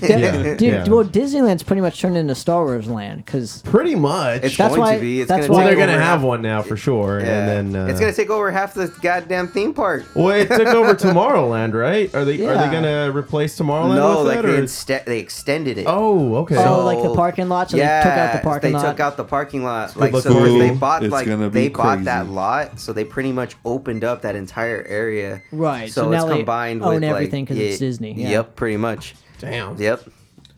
F: yeah.
J: Dude,
F: yeah.
J: well, Disneyland's pretty much turned into Star Wars land because
F: pretty much.
H: It's
J: That's
H: going
J: why-
H: to be. It's
J: that's
H: gonna
J: why-
F: well, they're
H: take
F: gonna
H: over
F: have
H: half-
F: one now for sure,
H: Yeah.
F: and then uh,
H: it's gonna take over half the goddamn theme park.
F: Well, it took over Tomorrowland, right? Are they are
J: Yeah.
F: they gonna replace Tomorrowland
H: No,
F: with
H: like
F: it?
H: they,
F: Or?
H: inste- they extended it.
F: oh, okay.
J: Oh, like the parking lot, so they took out the
H: yes,
J: parking
H: they
J: lot.
H: took out the parking lot. Like
F: look
H: so,
F: cool.
H: they bought
I: It's
H: like
I: gonna
H: they
I: be
H: bought that
I: crazy.
H: lot, so they pretty much opened up that entire area.
J: Right,
H: So,
J: so
H: it's
J: now they
H: combined
J: own
H: with like,
J: everything 'cause it's
H: yeah,
J: Disney, yeah.
H: Yep. Pretty much.
F: Damn.
H: Yep.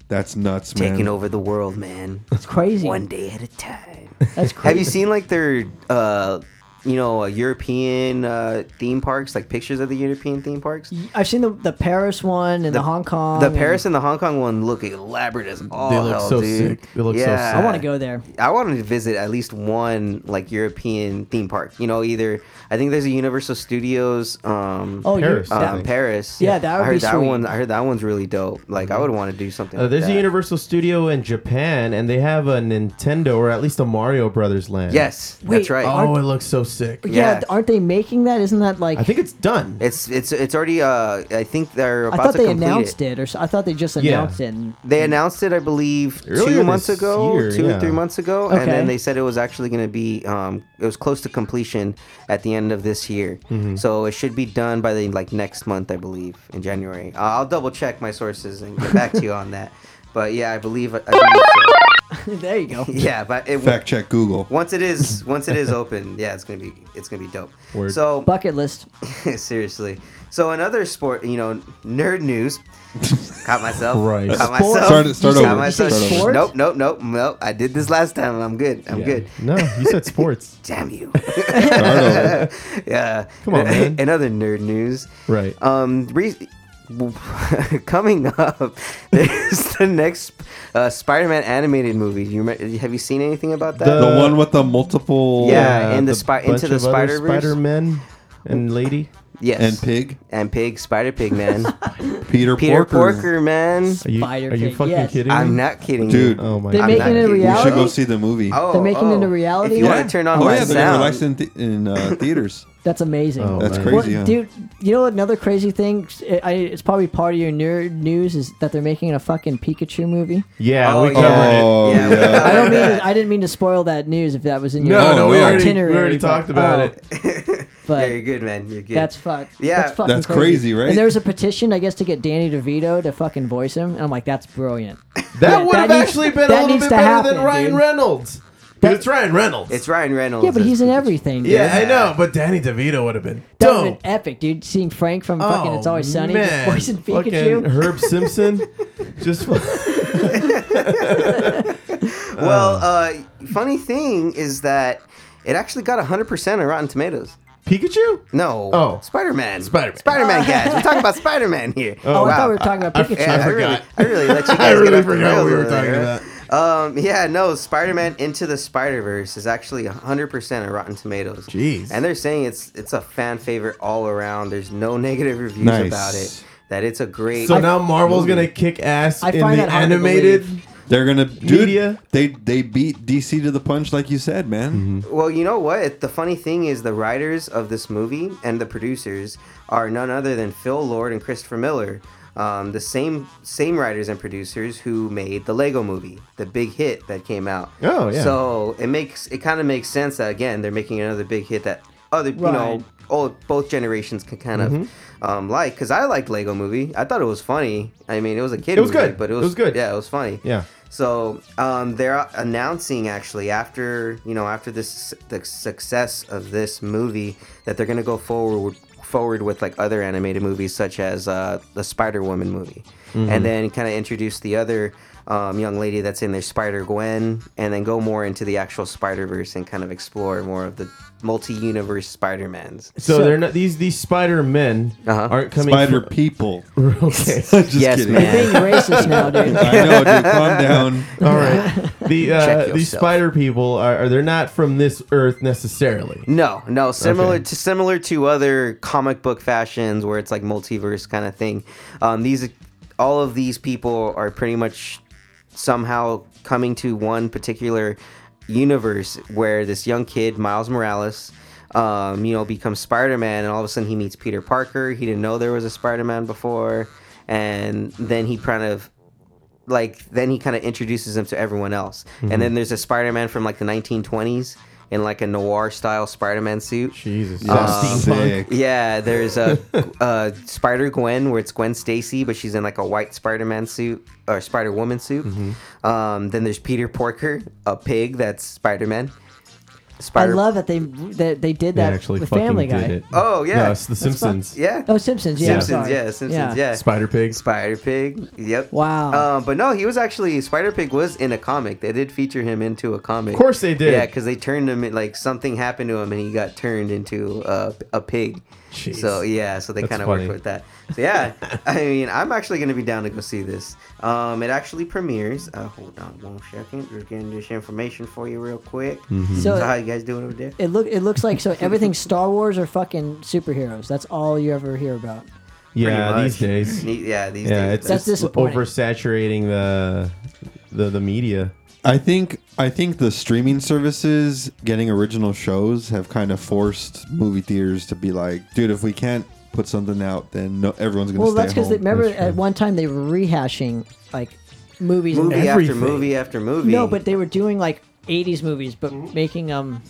I: That's nuts, man.
H: Taking over the world, man.
J: It's crazy.
H: One day at a time.
J: That's
H: Have you seen like their, uh, you know, uh, European uh, theme parks, like pictures of the European theme parks?
J: I've seen the, the Paris one and the, Hong Kong.
H: the
J: and-
H: Paris and the Hong Kong one look elaborate as all
J: They look
H: hell,
J: so
H: dude.
J: sick. They look so sick. I wanna go there.
H: I want to visit at least one like European theme park. You know, either I think there's a Universal Studios. Um,
J: Oh, Paris,
H: um,
J: I think.
H: Paris.
J: Yeah, that would
H: I heard
J: be
H: that
J: sweet.
H: one. I heard that one's really dope. Like, I would want to do something.
F: Uh,
H: like
F: there's
H: that.
F: a Universal Studio in Japan, and they have a Nintendo or at least a Mario Brothers land.
H: Yes, that's right.
F: Oh, it looks so sick.
J: yeah. aren't they making that? Isn't that like?
F: I think it's done.
H: It's it's it's already. Uh, I think they're
J: I
H: about
J: thought
H: to
J: they
H: complete
J: announced
H: it.
J: it. or so, I thought they just
H: Yeah.
J: announced it. And,
H: They announced it, I believe,
J: Mm. Earlier
H: two months
J: this
H: ago,
J: year,
H: two
J: yeah.
H: or three months ago, and
J: Okay.
H: then they said it was actually going to be. Um, it was close to completion at the end of this year,
J: Mm-hmm.
H: so it should be done by the like next month, I believe, in January. Uh, I'll double check my sources and get back to you on that. But yeah, I believe. I believe so.
J: there you go.
H: Yeah, but it,
I: Fact check Google.
H: once it is once it is open, yeah, it's gonna be it's gonna be dope.
I: Word.
H: So
J: bucket list.
H: seriously. So another sport, you know, nerd news. Caught myself.
F: Right.
H: Caught
F: Sport?
H: myself.
F: Start it- start
H: Caught
F: over.
H: myself.
F: Start over.
H: Nope, nope, nope, nope. I did this last time. I'm good. I'm
F: Yeah.
H: good.
F: No, you said sports.
H: Damn you.
F: over.
H: yeah.
F: Come on, man.
H: In other nerd news.
F: Right.
H: Um, re- coming up, there's the next uh, Spider-Man animated movie. You remember, have you seen anything about that?
I: The, one with the multiple.
H: Yeah, and the spy- into the Spider
F: Spider Man and Lady.
H: Yes.
I: And Pig.
H: And Pig, Spider Pig, man.
I: Peter,
H: Peter
I: Porker.
H: Porker, man.
F: Are you,
J: Spider
F: are you
J: Pig,
F: fucking
J: yes.
F: kidding me?
H: I'm not kidding,
I: Dude.
F: Oh my
J: They're
F: god.
J: making it a
I: We should
J: reality.
I: go see the movie.
H: Oh,
J: They're making it a reality.
H: If you want to turn on
I: oh
H: my
I: yeah, they're
H: sound,
I: licensed in, the- in uh, theaters.
J: That's amazing.
I: Oh, That's man.
J: Well,
I: crazy, huh?
J: dude. You know another crazy thing? I, it's probably part of your nerd news is that they're making a fucking Pikachu movie.
F: Yeah,
H: Oh,
F: we
H: yeah.
F: covered
I: Oh,
F: it.
I: yeah.
J: I don't mean. I didn't mean to spoil that news if that was in your
F: No, no, we already, we
J: itinerary.
F: already
J: but-
F: talked about
J: oh,
F: it.
H: yeah,
J: But
H: you're good, man. You're good.
J: that's fuck.
H: Yeah.
J: that's, fucking
I: That's crazy, right?
J: And there was a petition, I guess, to get Danny DeVito to fucking voice him, and I'm like, that's brilliant.
F: That would have
J: needs-
F: actually been a
J: that
F: little
J: needs
F: bit
J: to
F: better
J: happen,
F: than Ryan
J: dude.
F: Reynolds. But it's Ryan Reynolds.
H: It's Ryan Reynolds.
J: Yeah, but
H: as
J: he's in
H: Pikachu.
J: everything. Dude.
F: yeah, I know, but Danny DeVito would have been
J: That would have
F: dope.
J: been epic, dude. Seeing Frank from fucking It's Always Sunny just
F: Oh, man.
J: voicing
F: Fucking
J: Pikachu.
F: Herb Simpson. just
H: Well, uh, funny thing is that it actually got 100% on Rotten Tomatoes.
F: Pikachu?
H: No.
F: Oh.
H: Spider-Man.
F: Spider-Man.
H: Spider-Man, guys. We're talking about Spider-Man here.
J: Oh, I
H: Wow.
J: thought we were talking about Pikachu.
H: Yeah, I, really,
F: forgot.
H: I really let you guys
F: I really
H: get off the
F: forgot what we
H: rails
F: were
H: over
F: talking
H: there.
F: about.
H: Um, yeah, no, Spider-Man Into the Spider-Verse is actually 100% on Rotten Tomatoes.
F: Jeez.
H: And they're saying it's it's a fan favorite all around. There's no negative reviews
I: Nice.
H: about it. That it's a great
F: So now Marvel's gonna kick ass
J: I
F: in
J: find
F: the
J: that hard to
F: animated.
I: They're gonna dude,
F: Media.
I: They they beat DC to the punch, like you said, man.
H: Well, you know what? It- The funny thing is, the writers of this movie and the producers are none other than Phil Lord and Christopher Miller, um, the same same writers and producers who made the Lego Movie, the big hit that came out.
F: Oh, yeah.
H: So it makes it kind of makes sense that again they're making another big hit that other you know
J: Right.
H: all both generations can kind of.
F: Mm-hmm.
H: Um, like, because I liked Lego Movie. I thought it was funny. I mean, it was a kid.
F: It was
H: movie,
F: good.
H: but it
F: It
H: was,
F: was good.
H: Yeah, it was funny.
F: Yeah.
H: So um, they're announcing actually after you know after this the success of this movie that they're gonna go forward forward with like other animated movies such as uh, the Spider Woman movie, and then kind of introduce the other um, young lady that's in there Spider Gwen, and then go more into the actual Spider Verse and kind of explore more of the multi universe Spider Mans.
F: So,
J: So-
F: they're not these these Spider Men
H: Uh-huh.
F: aren't coming.
I: Spider
F: from-
I: people.
F: okay.
I: Just
H: Yes,
I: kidding.
H: man.
J: Being racist now, dude.
I: I know, dude. Calm down.
F: All right. The
H: Check
F: uh, these
H: yourself.
F: Spider people are, are they're not from this Earth necessarily.
H: No, no, similar
F: Okay.
H: to similar to other comic book fashions where it's like multiverse kind of thing. Um, these all of these people are pretty much somehow coming to one particular universe where this young kid Miles Morales um, you know becomes Spider-Man and all of a sudden he meets Peter Parker. He didn't know there was a Spider-Man before and then he kind of like then he kind of introduces him to everyone else. And then there's a Spider-Man from like the 1920s in like a noir style Spider-Man suit.
F: Jesus.
I: That's sick.
H: Yeah, there's a, uh Spider Gwen where it's Gwen Stacy, but she's in like a white Spider Man suit or Spider Woman suit. Um, then there's Peter Porker, a pig that's Spider Man.
J: I
H: Spider-
J: love that they that they did
F: They
J: that
F: actually
J: with
F: fucking
J: Family Guy.
F: did it.
H: Oh yeah,
F: No, it's The Simpsons.
H: Yeah.
J: Oh, Simpsons. Yeah.
H: Simpsons,
J: sorry.
H: yeah, Simpsons, yeah.
F: Spider Pig.
H: Spider Pig. Yep.
J: Wow.
H: Uh, but no, he was actually Spider Pig was in a comic. They did feature him into a comic.
F: Of course they did.
H: Yeah, because they turned him in- like something happened to him and he got turned into a, a pig.
F: Jeez.
H: So yeah, so they
F: That's
H: kind of worked
F: funny.
H: with that. So yeah, I mean, I'm actually gonna be down to go see this. Um, it actually premieres. Uh, hold on one second. Just getting this information for you real quick.
F: Mm-hmm.
J: Mhm.
H: So,
J: So-
H: how you guys doing over there?
J: It look it looks like so everything's Star Wars or fucking superheroes. That's all you ever hear about.
F: Yeah,
H: Pretty
F: these
H: much.
F: days.
H: Yeah, these
F: yeah,
H: days.
F: it's,
J: That's
F: it's
J: disappointing.
F: oversaturating the, the the media.
I: I think I think the streaming services getting original shows have kind of forced movie theaters to be like, dude, if we can't put something out, then no, everyone's gonna
J: Well,
I: stay
J: that's because
I: home.
J: remember at one time they were rehashing like movies. and
H: movie
J: everything.
H: after movie after movie.
J: No, but they were doing like '80s movies, but making them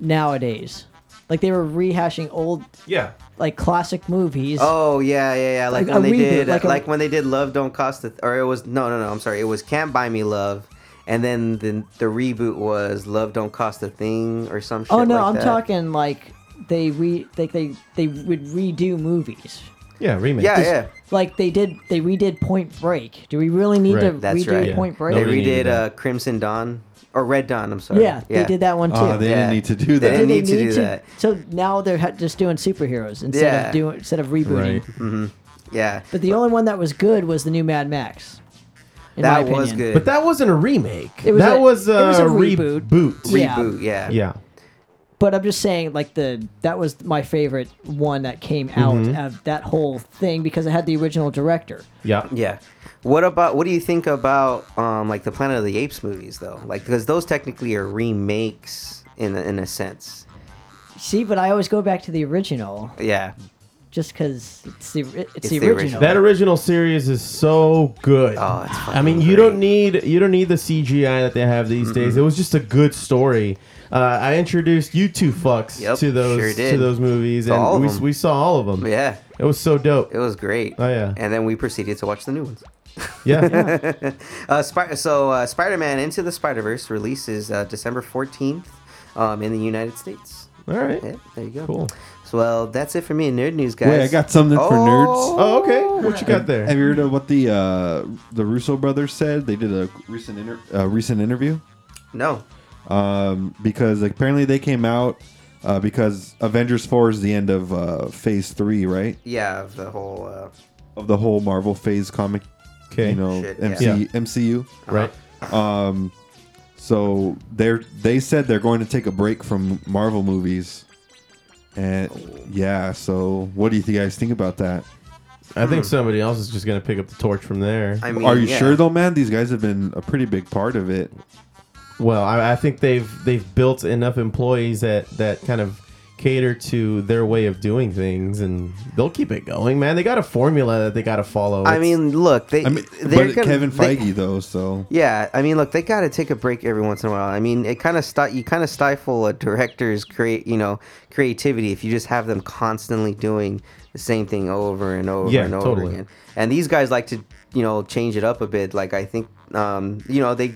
J: nowadays. Like they were rehashing old,
F: Yeah.
J: like classic movies.
H: Oh yeah, yeah, yeah. Like,
J: Like
H: when
J: a
H: they
J: reboot,
H: did, like,
J: like a-
H: when they did Love Don't Cost a Th- or it was no, no, no. I'm sorry, it was Can't Buy Me Love, and then the the reboot was Love Don't Cost a Thing or some. shit
J: oh no,
H: like
J: I'm
H: that.
J: talking like they re like they they would redo movies.
F: Yeah, remake.
H: Yeah, yeah.
J: Like they did, they redid Point Break. Do we really need to
F: Right.
H: That's
J: redo
H: right.
J: Point Break?
H: They
F: Nobody
H: redid
F: needed
H: uh, Crimson Dawn or Red Dawn. I'm sorry.
J: Yeah, they did that one too.
I: Ah, they
H: Yeah.
I: didn't need to do
H: They
I: that.
H: didn't need to do that.
J: So now they're ha- just doing superheroes instead
H: Yeah.
J: of doing instead of rebooting.
F: Right.
H: Mm-hmm. Yeah,
J: But the only one that was good was the new Mad Max. in
H: that
J: my
H: was
J: opinion.
H: good.
F: But that wasn't a remake.
J: It was
F: that
J: a-
F: was,
J: it
F: a
J: was a
F: reboot.
J: reboot. Yeah.
H: reboot. Yeah.
F: Yeah.
J: But I'm just saying, like the that was my favorite one that came out
H: Mm-hmm.
J: of that whole thing because it had the original director.
F: Yeah.
H: Yeah. What about what do you think about um like the Planet of the Apes movies though? Like because those technically are remakes in a, in a sense.
J: See, but I always go back to the original
H: Yeah.
J: just because it's the it's,
H: It's
J: the,
H: the
J: original.
H: original.
F: That original series is so good.
H: Oh, it's
F: I mean, you don't need you don't need the CGI that they have these days. It was just a good story. Uh, I introduced you two fucks
H: Yep,
F: to
H: sure
F: those
H: did.
F: to those movies,
H: Saw all of
F: and we,
H: them.
F: we saw all of them.
H: Yeah.
F: It was so dope.
H: It was great.
F: Oh, yeah.
H: And then we proceeded to watch the new ones.
F: Yeah.
H: Uh, Spy- so uh, Spider-Man Into the Spider-Verse releases uh, December 14th um, in the United States.
F: All right.
H: Yeah, there you go.
F: Cool.
H: So, well, that's it for me in nerd news, guys.
I: Wait, I got something for nerds.
F: Oh, okay. What you got
I: Have
F: there?
I: you heard of what the uh, the Russo brothers said? They did a recent inter- uh, recent interview
H: No.
I: um, because apparently they came out uh, because Avengers Four is the end of uh, Phase Three, right?
H: Yeah, of the whole. Uh,
I: Of the whole Marvel phase comic,
F: Okay.
I: you know,
H: Shit, yeah.
I: MC,
F: Yeah.
I: MCU.
F: Right.
I: So they're they said they're going to take a break from Marvel movies, and yeah. So what do you guys think about that?
F: I think somebody else is just gonna pick up the torch from there.
H: Hmm. I mean,
I: Are you
H: yeah.
I: sure though, man? These guys have been a pretty big part of it.
F: Well, I, I think they've they've built enough employees that that kind of cater to their way of doing things, and they'll keep it going, man. They got a formula that they got to follow.
H: I
F: It's-
H: mean, look, they.
I: I mean,
H: they're
I: but
H: gonna-
I: Kevin
H: they-
I: Feige though, so
H: Yeah, I mean, look, they got to take a break every once in a while. I mean, it kind of sti- you kind of stifle a director's create, you know, creativity if you just have them constantly doing the same thing over and over
F: Yeah,
H: and over
F: totally.
H: again. And these guys like to, you know, change it up a bit. Like I think, um, you know, they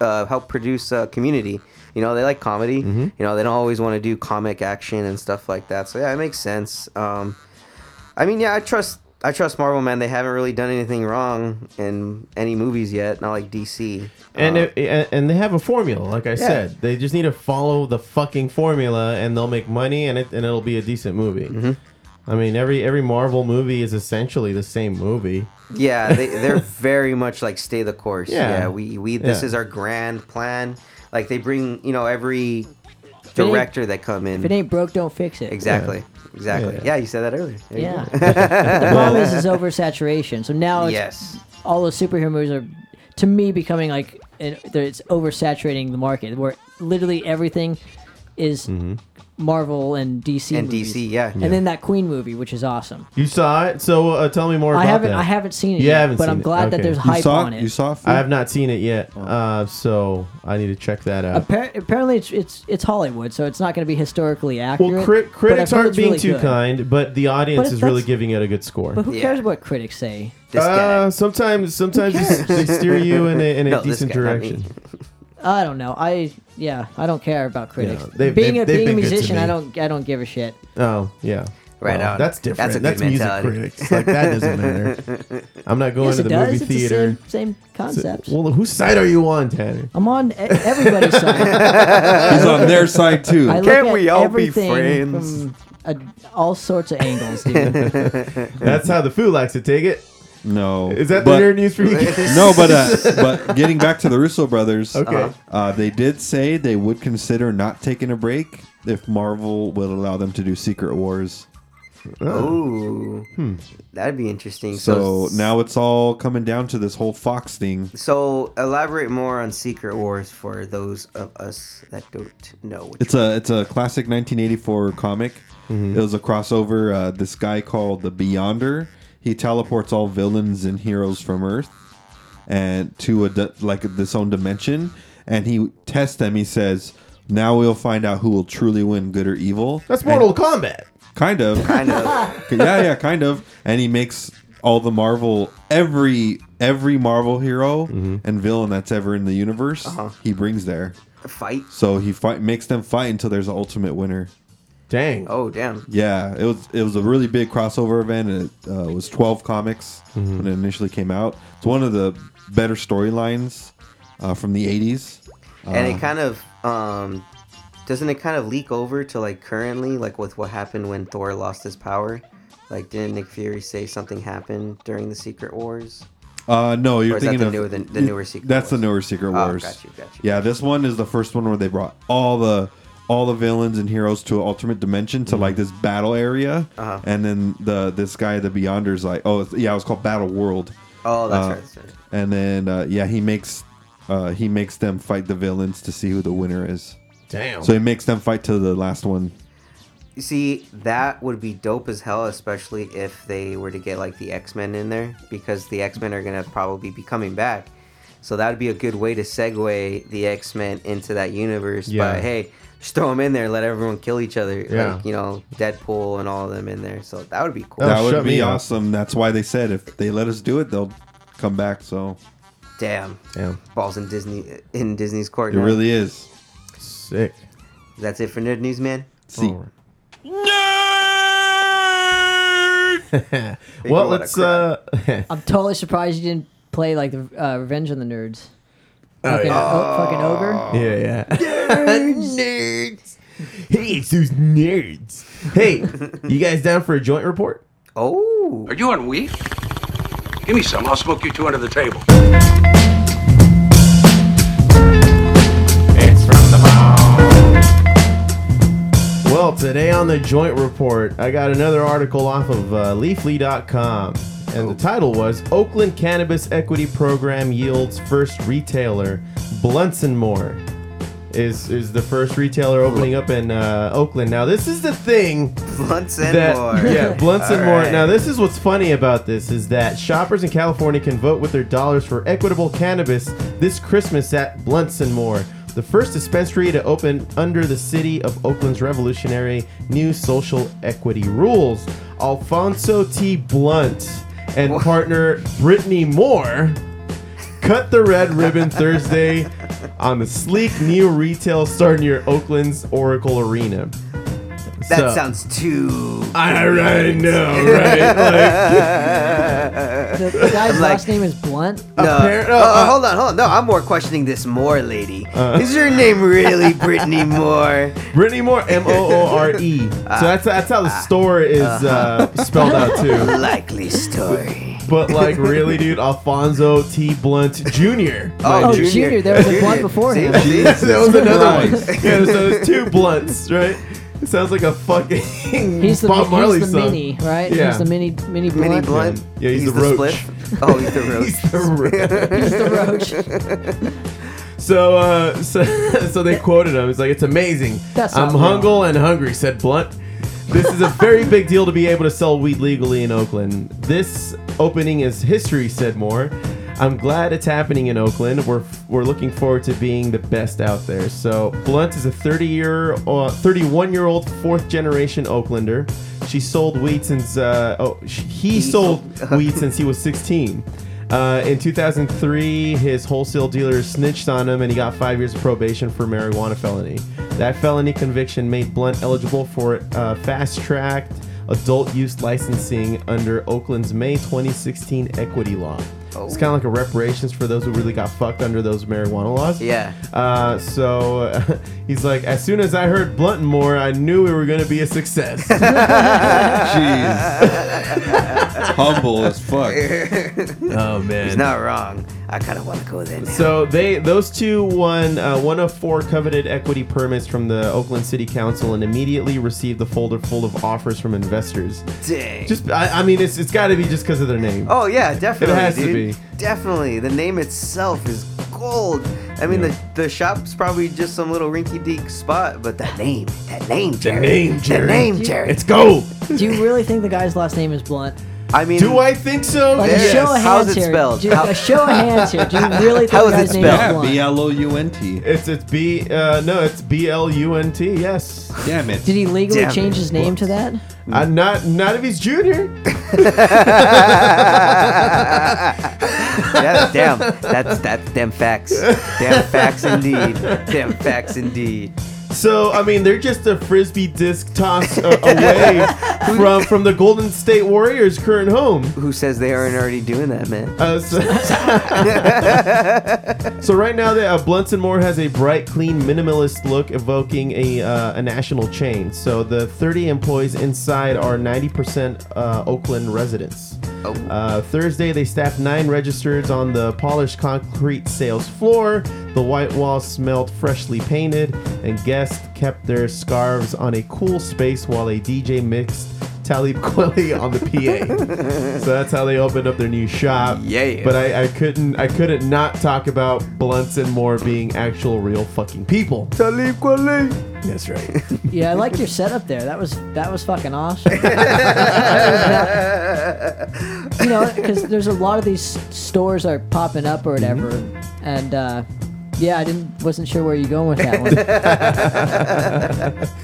H: uh, help produce uh, Community. You know, they like comedy.
F: Mm-hmm.
H: You know, they don't always want to do comic action and stuff like that. So yeah, it makes sense. Um, I mean, yeah, I trust I trust Marvel, man. They haven't really done anything wrong in any movies yet, not like DC.
F: and
H: Uh,
F: it, and and they have a formula, like I said. They just need to follow the fucking formula, and they'll make money, and it and it'll be a decent movie.
H: Mm-hmm.
F: I mean, every every Marvel movie is essentially the same movie.
H: yeah, they, they're very much like stay the course. Yeah,
F: Yeah.
H: we we this
F: Yeah.
H: is our grand plan. Like they bring you know every director that come
J: If it
H: in.
J: ain't broke, don't fix it.
H: Exactly, exactly. Yeah.
F: Yeah.
H: you said that earlier. There you
J: Yeah.
H: go.
J: the problem is, is oversaturation. So now it's,
H: Yes.
J: all those superhero movies are, to me, becoming like an, they're- it's oversaturating the market where literally everything is Marvel and DC
H: Mm-hmm. And
J: movies.
H: DC, yeah.
J: and
H: Yeah.
J: then that Queen movie, which is awesome.
F: You saw it, so uh, tell me more.
J: I
F: about
J: haven't
F: that.
J: I haven't seen it
F: You
J: yet,
F: haven't
J: but
F: seen
J: I'm
F: it.
J: glad that
F: Okay.
J: there's
F: You
I: you
J: hype
I: saw
J: on it.
I: you saw. Phil?
F: I have not seen it yet,
J: Oh.
F: uh, so I need to check that out.
J: Appar- apparently, it's it's it's Hollywood, so it's not going to be historically accurate.
F: Well, crit-
J: but
F: critics
J: I've heard
F: aren't
J: it's
F: being
J: really
F: too
J: good.
F: kind, but the audience
J: But
F: is
J: that's-
F: really giving it a good score.
J: But who
H: Yeah.
J: cares what critics say?
H: This guy.
F: Uh, sometimes, sometimes they steer you in a, in a
H: No, this
F: decent
H: guy, not me.
F: direction.
J: I don't know. I yeah, I don't care about critics.
F: Yeah, they've-
J: being
F: they've-
J: a
F: they've
J: being a
F: been good to
J: musician, I
F: me.
J: don't I don't give a shit.
F: Oh yeah.
H: Right
F: Well, That's
H: on. That's
F: different.
H: a
F: That's,
H: good
F: music
H: mentality.
F: critics. Like that doesn't matter. I'm not going
J: yes,
F: to
J: it
F: the
J: does.
F: movie
J: it's
F: theater.
J: The same, same concept.
F: well, whose side are you on, Tanner?
J: I'm on e- everybody's side.
F: He's on their side, too.
J: I look
F: Can't
J: at
F: we all be
J: everything
F: friends?
J: From a, all sorts of angles, dude.
F: That's how the food likes to take it.
I: No.
F: Is that
I: but-
F: the nerd news for you? guys?
I: no, but uh, but getting back to the Russo brothers,
F: Okay.
I: uh, they did say they would consider not taking a break if Marvel would allow them to do Secret Wars.
H: Ooh, that'd be interesting.
I: So
H: So,
I: now it's all coming down to this whole Fox thing.
H: so elaborate more on Secret Wars for those of us that don't know. Which
I: It's a it's a classic 1984 comic. It was a crossover. Uh, this guy called the Beyonder. He teleports all villains and heroes from Earth and to a di- like this own dimension, and he tests them. He says, "Now we'll find out who will truly win, good or evil."
F: That's
I: And-
F: Mortal Kombat.
I: Kind of.
H: Kind of.
I: yeah, yeah, kind of. And he makes all the Marvel every every Marvel hero and villain that's ever in the universe. He brings there.
H: fight.
I: So he fight makes them fight until there's an ultimate winner.
F: Dang.
H: Oh damn.
I: Yeah, it was it was a really big crossover event. And it uh, was 12 comics when it initially came out. It's one of the better storylines uh, from the 80s. Uh,
H: and it kind of um doesn't it kind of leak over to like currently like with what happened when thor lost his power like didn't nick fury say something happened during the secret wars
I: Uh, no, you're
H: Or is that
I: thinking
H: the
I: of
H: newer- the- the newer Secret Wars?
I: That's the newer Secret
H: Oh,
I: Wars.
H: got you, got you.
I: Yeah, this one is the first one where they brought all the all the villains and heroes to an alternate dimension to like this battle area,
H: Uh-huh.
I: and then the this guy the Beyonder's like, oh it's- yeah, it was called Battle World.
H: Oh, that's
I: Uh,
H: right, that's right.
I: And then uh, yeah, he makes uh, he makes them fight the villains to see who the winner is.
F: Damn.
I: So he makes them fight to the last one.
H: you see that would be dope as hell especially if they were to get like the x-men in there because the x-men are gonna probably be coming back so that would be a good way to segue the x-men into that universe
F: Yeah.
H: but hey just throw them in there let everyone kill each other
F: Yeah.
H: like you know deadpool and all of them in there so that would be cool
I: that would
F: Oh, shut me
I: be
F: up.
I: awesome. That's why they said if they let us do it, they'll come back. So
H: Damn.
F: Damn.
H: Balls in Disney in Disney's court.
I: it
H: now.
I: really is.
F: Sick.
H: That's it for nerd news, man.
I: See.
F: All right. well,
H: what a
F: let's. Uh,
J: I'm totally surprised you didn't play like the uh, Revenge on the Nerds.
F: Oh,
J: Fucking, o- fucking ogre.
F: yeah, yeah. Hey, it's those nerds. Hey, you guys down for a joint report?
H: Oh,
L: Are you on weed? Give me some. I'll smoke you two under the table. It's from the
F: Well, today on the joint report, I got another article off of uh, leafly.com. And the title was Oakland Cannabis Equity Program Yields First Retailer. Blunts and More is, is the first retailer opening up in uh, Oakland. Now, this is the thing
H: blunts and
F: that-
H: more.
F: Yeah, blunts and
H: All
F: more.
H: right.
F: Now, this is what's funny about this is that shoppers in California can vote with their dollars for equitable cannabis this Christmas at Blunts and More, the first dispensary to open under the city of Oakland's revolutionary new social equity rules. Alfonso T. Blunt and partner Brittany Moore cut the red ribbon Thursday on the sleek new retail store near Oakland's Oracle Arena.
H: that
F: So-
H: sounds too.
F: I, I know, right? Like,
J: The, the guy's
H: Like-
J: last name is Blunt.
H: No.
F: Appar-
H: Uh,
F: uh,
H: uh,
F: uh,
H: hold on, hold on. No, I'm more questioning this more, lady.
F: Uh-huh.
H: Is your name really Brittany Moore?
F: Brittany Moore, M O O R E. So that's that's how the store is uh, spelled out too.
H: Likely story.
F: But like, really, dude, Alfonso T. Blunt Jr.
J: Oh, Junior. There was a Blunt before him.
F: that was another one. Yeah, so there's two blunts, right? It sounds like a fucking
J: He's the,
F: Bob Marley
J: he's the
F: song.
J: mini, right?
F: Yeah.
J: He's the mini mini Blunt.
H: Mini Blunt.
F: Yeah, he's the roach.
H: spliff. Oh, he's the roach.
F: He's the roach.
J: He's the roach.
F: So, uh, so, so they quoted him. It's like, it's amazing.
J: That's
F: I'm
J: not real."
F: hungle and hungry, said Blunt. This is a very big deal to be able to sell weed legally in Oakland. This opening is history, said Moore. I'm glad it's happening in Oakland. We're, we're looking forward to being the best out there. So Blunt is a 30 year, uh, 31 year old fourth generation Oaklander. She sold weed since uh, oh sh- he sold weed since he was 16. Uh, in 2003, his wholesale dealer snitched on him, and he got five years of probation for marijuana felony. That felony conviction made Blunt eligible for uh, fast-tracked adult use licensing under Oakland's May 2016 equity law.
H: Oh.
F: It's kind of like a reparations for those who really got fucked under those marijuana laws.
H: Yeah.
F: Uh, so he's like, as soon as I heard Blunt and Moore, I knew we were going to be a success.
I: Jeez. Humble as fuck.
H: oh man, he's not wrong. I kind of want to go there. Now.
F: So they those two won uh, one of four coveted equity permits from the Oakland City Council and immediately received a folder full of offers from investors.
H: Dang.
F: Just I, I mean it's it's got to be just because of their name.
H: Oh yeah, definitely.
F: It has to
H: dude.
F: be.
H: Definitely, the name itself is gold. I mean, the the shop's probably just some little rinky-dink spot, but that name, that name, Jerry, that name, Jerry.
J: Do you really think the guy's last name is Blunt?
H: I mean,
F: Do I think so?
J: Like a
F: Yes.
J: show of hands
F: How's it
J: here.
F: spelled?
J: Do-
F: How-
J: a show of hands here. Do you really think the guy's name is Blunt?
I: L O U N T.
F: It's it's B. Uh, no, it's B L U N T. Yes.
I: Damn it.
J: Did he legally change his name to that?
F: Uh, not not if he's junior.
H: Yeah, damn, that's that's damn facts. Damn facts indeed. Damn facts indeed.
F: So I mean, they're just a frisbee disc toss uh, away from from the Golden State Warriors' current home.
H: Who says they aren't already doing that, man?
F: Uh, so, so right now, the, uh, Blunts and Moore has a bright, clean, minimalist look, evoking a uh, a national chain. So the 30 employees inside are 90% uh, Oakland residents. Uh, Thursday, they staffed nine registers on the polished concrete sales floor. The white walls smelled freshly painted, and guests kept their scarves on a cool space while a DJ mixed Talib Kweli on the PA. so that's how they opened up their new shop.
H: Yeah.
F: But I, I couldn't I couldn't not talk about Blunts and Moore being actual real fucking people.
H: Talib Kweli.
F: That's right.
J: Yeah, I liked your setup there. That was that was fucking awesome. you know, because there's a lot of these stores are popping up or whatever,
F: Mm-hmm.
J: and uh, yeah, I didn't wasn't sure where you're going with that one.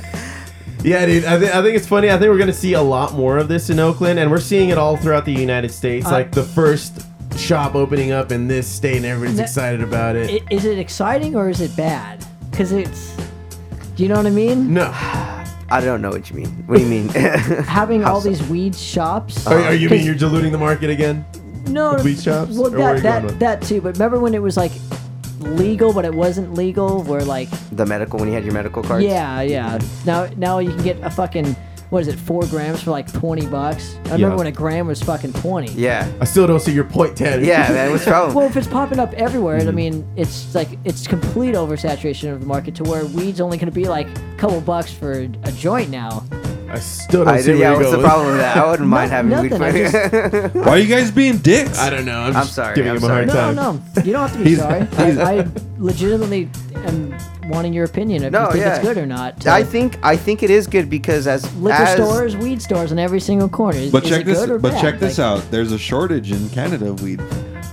F: Yeah, dude. I, th- I think it's funny. I think we're gonna see a lot more of this in Oakland, and we're seeing it all throughout the United States.
J: Uh,
F: like the first shop opening up in this state, and everyone's
J: Ne-
F: excited about it.
J: I- Is it exciting or is it bad? Because it's, do you know what I mean?
F: No.
H: I don't know what you mean. What do you mean?
J: Having all these weed shops.
F: Are, are you mean
J: 'Cause-
F: you're diluting the market again?
J: No,
F: With weed shops?
J: Well,
F: Or where are you
J: that,
F: going
J: that,
F: with-
J: that too. But remember when it was like legal, but it wasn't legal? Where like,
H: the medical when you had your medical cards.
J: yeah, yeah. Now, now you can get a fucking what is it? Four grams for like twenty bucks. I
F: Yeah.
J: remember when a gram was fucking twenty.
H: Yeah.
F: I still don't see your point, Ted.
J: well, if it's popping up everywhere,
F: Mm-hmm.
J: I mean, it's like it's complete oversaturation of the market to where weed's only going to be like a couple bucks for a joint now.
F: I still
H: don't I see did- where yeah, you're what's the going. problem with that? I wouldn't mind having weed
J: nothing, I
H: for-
J: just-
I: Why are you guys being dicks? I
F: don't know.
I: I'm,
H: just sorry, giving I'm him a hard
J: no, no, you don't have to be
I: He's-
J: sorry.
I: he's-
J: I, I legitimately am wanting your opinion if you think it's good or not.
H: I think I think it is good because as
J: liquor
H: as,
J: stores, weed stores on every single corner. Is,
I: But
J: is
I: check
J: it
I: this.
J: good or
I: But
J: bad?
I: check this
J: Like,
I: out. There's a shortage in Canada of weed.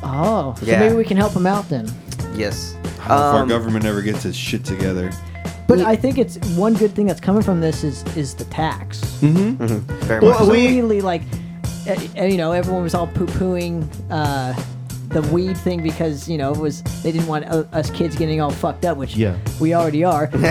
J: Oh, so
I: Yeah.
J: maybe we can help them out then.
H: Yes.
I: if our
H: Um,
I: government ever gets its shit together.
J: But I think it's one good thing that's coming from this is is the tax.
I: Mm-hmm.
H: Very
J: Well, really like, uh, uh, you know, everyone was all poo-pooing uh, the weed thing because you know it was they didn't want uh, us kids getting all fucked up, which
H: Yeah.
J: we already are. But,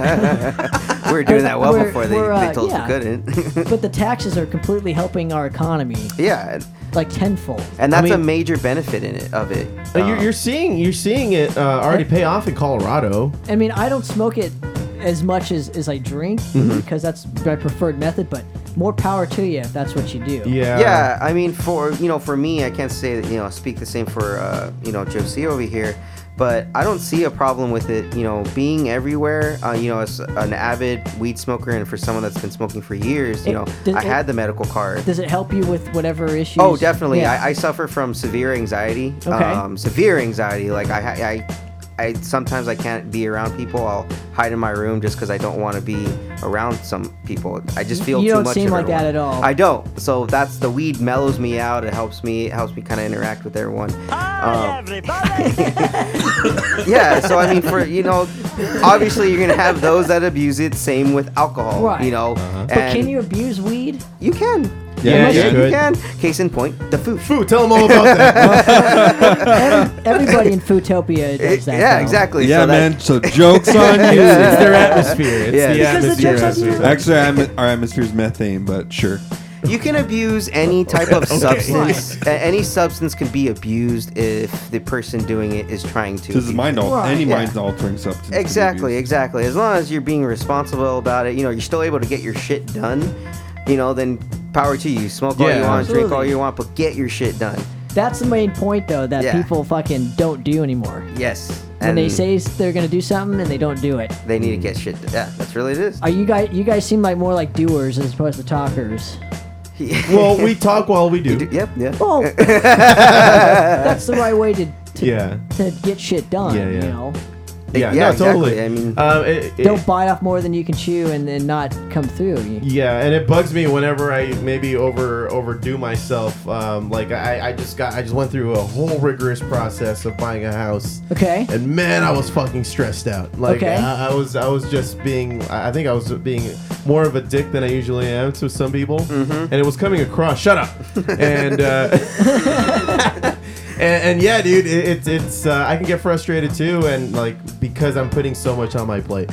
H: we were doing that well
J: We're-
H: before they,
J: we're, uh,
H: they told
J: yeah.
H: us we couldn't.
J: but the taxes are completely helping our economy.
H: yeah,
J: like tenfold.
H: and that's
F: I mean-
H: a major benefit in it of it.
F: Uh, you're, you're seeing you're seeing it uh, already pay off in Colorado.
J: I mean, I don't smoke it as much as, as I drink
H: Mm-hmm.
F: Mhm.
J: because that's my preferred method, but more power to you if that's what you do.
H: Yeah, I mean, for you know, for me, I can't say that you know speak the same for uh, you know Josie over here, but I don't see a problem with it. You know, being everywhere. Uh, you know, as an avid weed smoker, and for someone that's been smoking for years, you
J: It-
H: know,
J: does
H: I
J: it-
H: had the medical card.
J: Does it help you with whatever issues?
H: Oh, definitely.
J: Yeah.
H: I, I suffer from severe anxiety.
J: Okay.
H: Um, severe anxiety. Like I, ha- I, I sometimes I can't be around people. I'll hide in my room just because I don't want to be around some people. I just feel
J: You
H: too
J: don't
H: much.
J: seem
H: of
J: like that
H: everyone.
J: at all.
H: I don't. So that's the weed mellows me out. It helps me. It helps me kind of interact with everyone. Um, yeah. So I mean, for you know, obviously you're gonna have those that abuse it. Same with alcohol.
J: Right. Uh-huh.
H: You know.
J: But can you abuse weed?
H: You can. Yeah,
I: Yeah, you
H: you,
I: could.
H: can. Case in point, the foo.
F: Foo, tell them all about that.
J: Everybody in Foodtopia does that.
H: yeah,
J: though.
H: exactly.
I: Yeah,
H: so that-
I: man. So jokes on you.
H: Yeah. It's their
F: atmosphere. It's the Because the atmosphere. jokes on you-
I: Actually, our atmo- our atmosphere is methane, but sure.
H: You can abuse any type of
I: Okay.
H: substance. A- any substance can be abused if the person doing it is trying to.
I: This is mind
H: all
I: al- any mind altering substance. can be
H: Exactly,
I: abused.
H: exactly. As long as you're being responsible about it, you know, you're still able to get your shit done. You know, then power to you. Smoke all
F: Yeah.
H: you want, drink all
J: Absolutely.
H: you want, but get your shit done.
J: That's the main point, though, that
H: Yeah.
J: people fucking don't do anymore.
H: Yes.
J: When they say s- they're gonna do something and they don't do it.
H: they need to get shit. Done. Yeah, that's really it is.
J: Are you guys? You guys seem like more like doers as opposed to talkers.
F: well, we talk while we do.
H: Yep. Yeah.
J: Oh, that's the right way to, to
F: Yeah.
J: to get shit done.
F: Yeah, yeah.
J: You know,
F: Yeah,
H: Yeah,
F: no, totally.
H: exactly. I mean-
F: um, it- it-
J: don't bite off more than you can chew and then not come through. You-
F: Yeah, and it bugs me whenever I maybe over overdo myself. Um, like I, I just got I just went through a whole rigorous process of buying a house.
J: Okay.
F: And man, I was fucking stressed out. Like
J: Okay.
F: I, I was I was just being I I think I was being more of a dick than I usually am to some people,
J: Mm-hmm.
F: and it was coming across. Shut up. and. Uh, and, and yeah, dude, it, it's it's uh, I can get frustrated too, and like because I'm putting so much on my plate,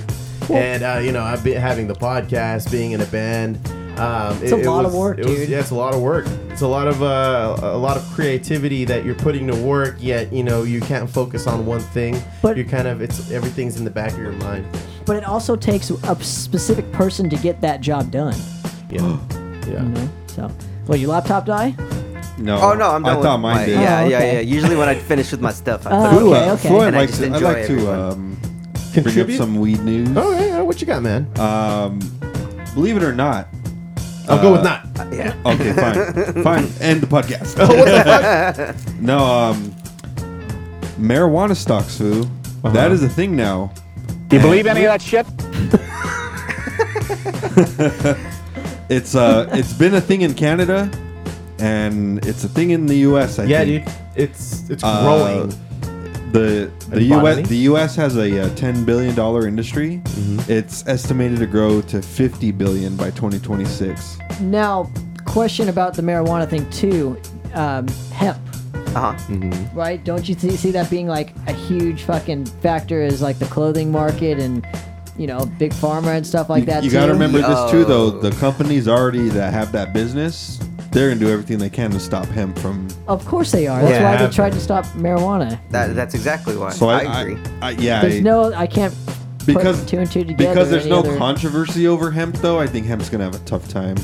F: and uh, you know I've been having the podcast, being in a band. Um,
J: It's a lot of
F: was-
J: work,
F: it was-
J: dude.
F: Yeah, it's a lot of work. It's a lot of uh, a lot of creativity that you're putting to work. Yet you know you can't focus on one thing. But you're kind of it's everything's in the back of your mind.
J: But it also takes a specific person to get that job done.
F: Yeah, yeah.
J: You know, so. Well, your laptop die?
I: No.
H: Oh no, I'm done
I: I
H: with
I: thought mine
H: my-
I: did.
H: Yeah,
J: Oh,
H: yeah,
J: okay.
H: yeah. Usually when I finish with my stuff, I
J: Oh,
H: put it
J: Ooh,
H: away.
J: uh, okay.
I: Foo, I'd
H: And I
I: like
H: just
I: to, I'd
H: enjoy
I: like to
H: everyone.
I: um, bring up
F: Contribute?
I: some weed news.
F: Oh yeah, what you got, man?
I: Um, believe it or not,
F: I'll go with not.
H: Yeah.
I: Okay, fine, fine. End the podcast. no, um, marijuana stocks, foo. That is a thing
M: Do
I: now.
M: Uh-huh. you believe any of that shit?
I: It's uh, it's been a thing in Canada, and it's a thing in the U.S. I
F: yeah,
I: think.
F: dude, it's it's
I: Uh,
F: growing.
I: The the
F: Have you bought any?
I: U.S. the U.S. has a, uh ten billion dollar industry.
M: Mm-hmm.
I: It's estimated to grow to fifty billion by twenty twenty six.
J: Now, question about the marijuana thing too. Um, hemp,
H: Uh huh.
J: right? Don't you see see that being like a huge fucking factor is like the clothing market and you know big pharma and stuff like that.
I: You
J: too?
I: got to remember this too, though. The
H: Oh.
I: companies already that have that business, they're gonna do everything they can to stop him from.
J: Of course they are. That's
I: Yeah.
J: why they tried to stop marijuana.
H: That, that's exactly why.
I: So I,
H: I,
I: I
H: agree.
I: I- yeah, I-
J: There's no, I can't
I: Because-
J: put two and two together.
I: because there's
J: any
I: no
J: other-
I: controversy over hemp, though. I think hemp's gonna have a tough time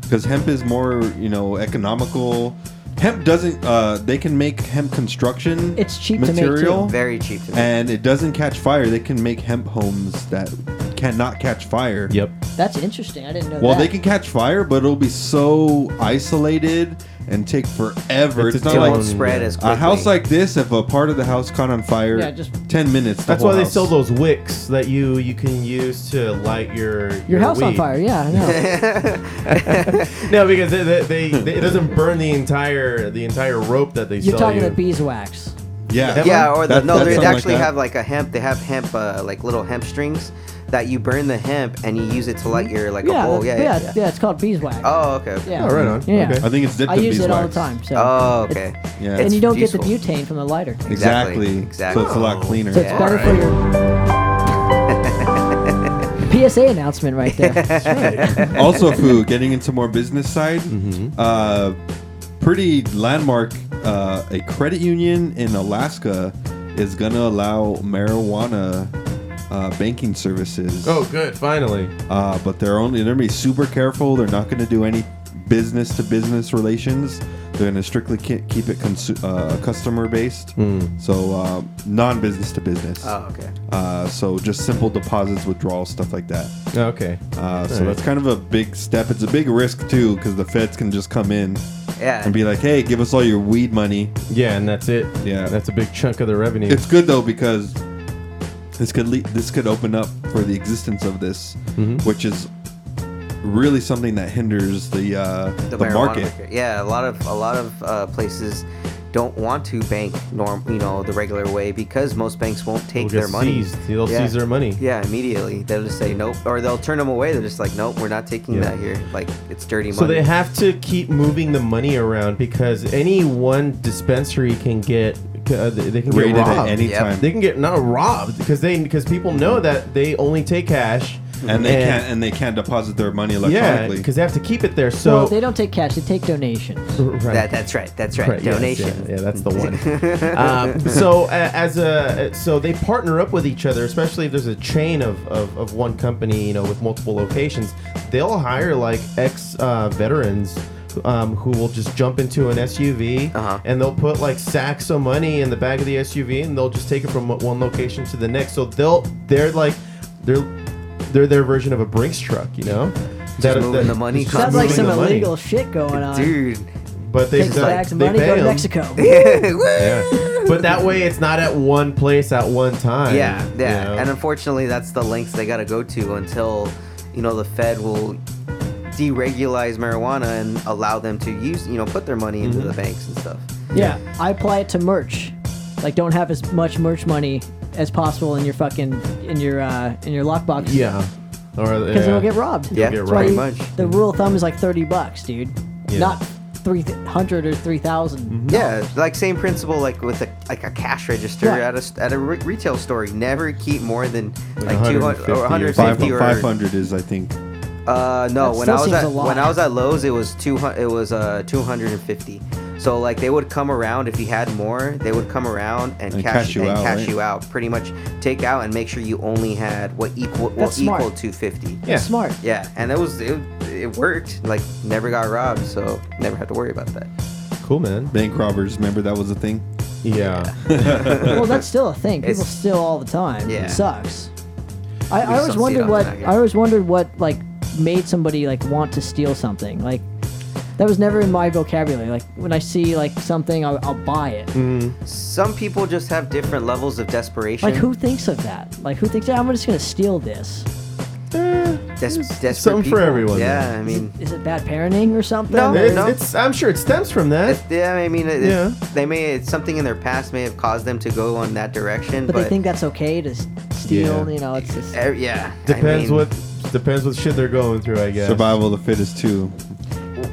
I: because hemp is more, you know, economical. Hemp doesn't. Uh, they can make hemp construction.
J: It's cheap to make, too.
I: material,
H: Very cheap to me.
I: and it doesn't catch fire. They can make hemp homes that cannot catch fire.
F: Yep.
J: That's interesting. I didn't know
I: Well,
J: that.
I: they can catch fire, but it'll be so isolated and take forever.
F: It's its
I: It's, not
F: own-
I: like
F: Don't spread
H: as
I: a house
H: quickly.
I: like this. If a part of the house caught on fire,
J: Yeah, just-
I: ten minutes. the
F: That's
I: whole
F: why they
I: house.
F: sell those wicks that you you can use to light your
J: your house on
F: weed.
J: fire. Yeah, I know.
F: No, because they, they, they, it doesn't burn the entire the entire rope that they
J: You're
F: sell
J: talking
F: you.
J: the beeswax.
I: Yeah,
H: yeah, or the,
I: That-
H: no,
I: that's
H: they
I: something like
H: actually
I: that.
H: have like a hemp. They have hemp, uh, like little hemp strings that you burn the hemp and you use it to light your like
J: Yeah,
H: a bowl. Yeah,
J: that's-
H: yeah,
J: yeah,
H: yeah.
J: yeah, it's called beeswax.
H: Oh, okay. okay.
J: Yeah.
F: oh, right on.
J: Yeah.
F: Okay.
I: I think it's dipped
J: I
I: in
J: use it all the
I: beeswax.
J: time. So
H: Oh, okay.
I: Yeah.
H: It's
J: and you don't
H: useful.
J: get the butane from the lighter.
I: Exactly.
H: Exactly.
I: So it's a lot cleaner.
J: So it's
H: Yeah.
J: better for your PSA announcement right there.
I: also, Fu, getting into more business side,
F: Mm-hmm.
I: uh, pretty landmark. Uh, a credit union in Alaska is gonna allow marijuana uh, banking services.
F: Oh, good. Finally.
I: uh, but they're only they're gonna be super careful. They're not gonna do any business to business relations. They're gonna strictly ki- keep it consu- uh, customer based, so uh, non business to business.
H: Oh, okay.
I: Uh, so just simple deposits, withdrawals, stuff like that.
F: Okay.
I: Uh, so
F: Alright.
I: that's kind of a big step. It's a big risk too, because the feds can just come in
H: Yeah.
I: and be like, "Hey, give us all your weed money."
F: Yeah, and that's it.
I: Yeah.
F: That's a big chunk of the revenue.
I: It's good though because this could le- this could open up for the existence of this,
F: Mm-hmm.
I: which is really something that hinders the uh, the,
H: marijuana
I: market.
H: Yeah, a lot of a lot of uh, places don't want to bank norm, you know, the regular way because most banks won't take
F: They'll
H: their
F: get
H: money.
F: seized. They'll seize their money.
H: Yeah, immediately they'll just say nope, or they'll turn them away. They're just like, nope, we're not taking
F: Yeah.
H: that here. Like it's dirty money.
F: So they have to keep moving the money around because any one dispensary can get uh, they they can
I: Raided
F: get
I: at
F: robbed.
I: any Yep. time.
F: They can get not robbed because they because people know that they only take cash
I: and they can't and they can't deposit their money
F: yeah
I: electronically.
F: because they have to keep it there.
J: well,
F: So
J: they don't take cash; they take donations.
F: Right.
H: That, that's right. That's right.
F: yes,
H: Donation.
F: yeah, yeah, that's the one. um, so uh, as a so they partner up with each other, especially if there's a chain of, of, of one company, you know, with multiple locations. They'll hire like ex uh, veterans. Um, who will just jump into an SUV
H: Uh-huh.
F: and they'll put like sacks of money in the back of the SUV and they'll just take it from one location to the next. So they'll they're like they're they're their version of a Brinks truck, you know?
H: Just moving the money
F: just
J: Sounds like
F: moving
J: some
F: the money.
J: illegal shit going on.
H: Dude.
F: But they
J: Take
F: still-
J: back some
F: they
J: money,
F: pay
J: go to
F: 'em.
J: Mexico.
F: Yeah. But that way, it's not at one place at one time.
H: Yeah, yeah.
F: you know?
H: And unfortunately, that's the lengths they got to go to until, you know, the Fed will deregulize marijuana and allow them to use, you know, put their money into the banks and stuff.
J: Yeah, I apply it to merch. Like, don't have as much merch money as possible in your fucking in your uh, in your lockbox.
F: yeah. Or
J: because
F: yeah.
J: it'll get robbed.
F: You'll get
J: That's why
F: robbed.
J: you- The rule of thumb is like thirty bucks, dude.
H: Yeah. Mm-hmm.
J: Not three hundred or three thousand.
H: Yeah, like same principle, like with a like a cash register
J: Yeah.
H: at a s- at a re- retail store. Never keep more than like, two hundred
I: 150
H: or
I: or
H: one hundred fifty or
I: 500 is I think.
H: Uh, no, when
I: That still
H: I was
I: seems
H: at
I: a lot.
H: when I was at Lowe's, it was two hundred. It was uh two hundred and fifty. So like they would come around if you had more, they would come around and,
I: And
H: cash,
I: cash you
H: and
I: out,
H: cash
I: right?
H: you out. Pretty much take out and make sure you only had what equal what
J: That's smart.
H: equal to fifty.
J: That's smart.
H: Yeah, and it was it, it worked. Like never got robbed, so never had to worry about that.
F: Cool, man.
I: Bank robbers, remember that was a thing?
F: Yeah.
J: well, that's still a thing. People
I: It's-
J: steal all the time.
I: Yeah.
J: It sucks.
H: We
J: I,
H: just
J: I
H: don't
J: always
H: see it
J: wondered
H: often
J: what
H: out here.
J: I always wondered what like made somebody like want to steal something. Like that was never in my vocabulary. Like when I see like something, I'll, I'll buy it.
H: Mm-hmm. Some people just have different levels of desperation.
J: Like who thinks of that? Like who thinks "Yeah, I'm just gonna steal this?
F: Eh,
H: Des- desperate
F: something for
H: people.
F: everyone,
H: Yeah,
F: though.
H: I mean.
J: Is it bad parenting or something?
H: Oh, No,
J: Or-
F: It's- it's- I'm sure it stems from that.
H: Yeah, I mean, it,
F: Yeah.
H: it's they may it's something in their past may have caused them to go on that direction,
J: but,
H: but,
J: they think that's okay to s- steal. You know, it's just
H: Eh, yeah, I
F: Depends
H: mean,
F: what depends what shit they're going through, I guess.
I: Survival of the fittest too.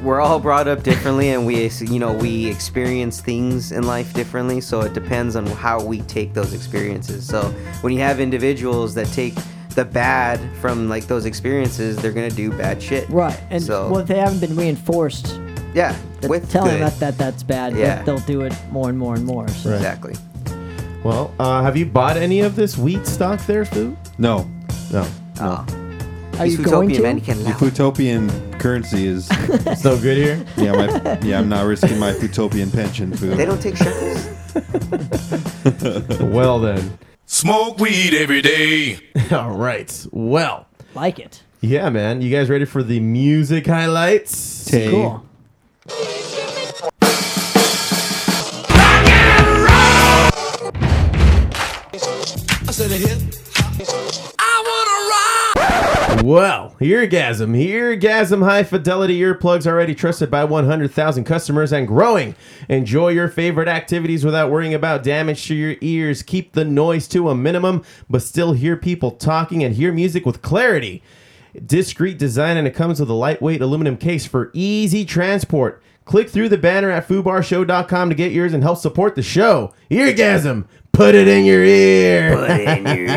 H: We're all brought up differently, and we you know we experience things in life differently, so it depends on how we take those experiences. So when you have individuals that take the bad from like those experiences, they're gonna do bad shit.
J: right. And
H: so
J: well, if they haven't been reinforced.
H: yeah,
J: that-
H: with
J: telling
H: good.
J: them that, that that's bad,
H: Yeah.
J: yeah. they'll do it more and more and more. So.
H: exactly.
F: Well, uh, have you bought any of this wheat stock there, Fu?
I: No.
F: No.
H: Oh.
J: Are
H: He's
J: you going
H: Utopian,
J: to?
H: man, he can
I: The
H: laugh.
I: Plutopian currency is
F: It's no good here.
I: yeah, my, yeah, I'm not risking my Plutopian pension food.
H: They don't take shekels.
F: well then.
N: Smoke weed every day.
F: All right. Well.
J: Like it.
F: Yeah, man. You guys ready for the music highlights?
I: Tay. Cool.
N: I said a hip. I wanna rock.
F: Well, Eargasm, Eargasm high fidelity earplugs already trusted by 100,000 customers and growing. Enjoy your favorite activities without worrying about damage to your ears. Keep the noise to a minimum, but still hear people talking and hear music with clarity. Discreet design, and it comes with a lightweight aluminum case for easy transport. Click through the banner at foobarshow.com to get yours and help support the show. Eargasm, put it in your ear.
H: Put it in your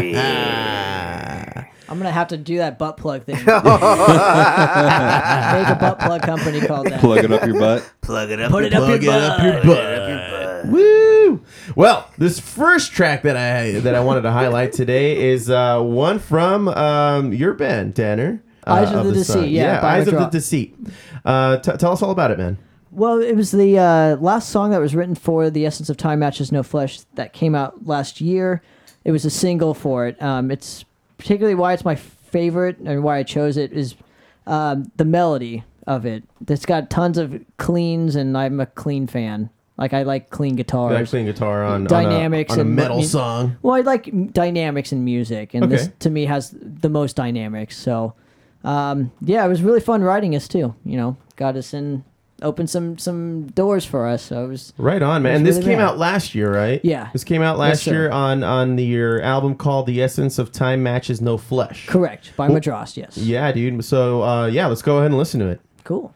J: I'm gonna have to do that butt plug thing. Make a butt plug company called that.
I: Plug it up your butt.
H: Plug it
J: Put it up your butt.
F: Woo! Well, this first track that I that I wanted to highlight today is uh, one from um, your band, Tanner. uh,
J: Eyes of the Deceit,
F: Sun.
J: yeah, by
F: Eyes of the
J: Withdrawal.
F: Deceit. Uh, t- tell us all about it, man.
J: Well, it was the uh, last song that was written for the Essence of Time Matches No Flesh that came out last year. It was a single for it. Um, it's particularly why it's my favorite and why I chose it is um, the melody of it. It's got tons of cleans, and I'm a clean fan. Like I like clean guitars.
F: Like playing guitar on on a-
J: dynamics
F: on a,
J: and
F: metal
J: mu- mu-
F: song.
J: Well, I like m- dynamics in music, and this
F: Okay.
J: to me has the most dynamics. So, um, yeah, it was really fun writing us too. You know, got us in opened some some doors for us. So it was
F: Right on,
J: it
F: man.
J: was
F: And this
J: really
F: came
J: rad.
F: out last year, right?
J: Yeah.
F: This came out
J: Yes,
F: last
J: sir.
F: year on on the, your album called "The Essence of Time Matches No Flesh."
J: Correct by
F: Well-
J: Madras. Yes.
F: Yeah, dude. So uh, yeah, let's go ahead and listen to it.
J: Cool.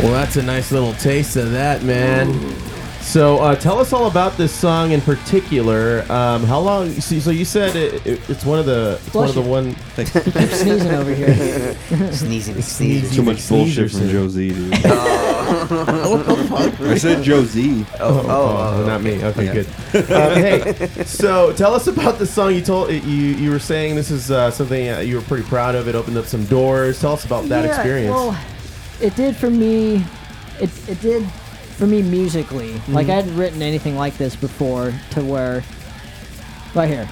F: Well, that's a nice little taste of that, man. So, uh, tell us all about this song in particular. Um, how long? So, so you said it, it, it's one of the it's one of the one.
J: I'm sneezing over here.
H: Sneezing,
F: sneezing.
I: Too much bullshit from Josie, dude. I said Josie.
F: Oh, oh, not me. Okay, good. um, hey, so tell us about the song you told. You you were saying this is uh, something uh, you were pretty proud of. It opened up some doors. Tell us about that
J: Yeah,
F: experience.
J: Well, it did for me. It, it did for me musically. Like
F: Mhm.
J: I hadn't written anything like this before, to where right here.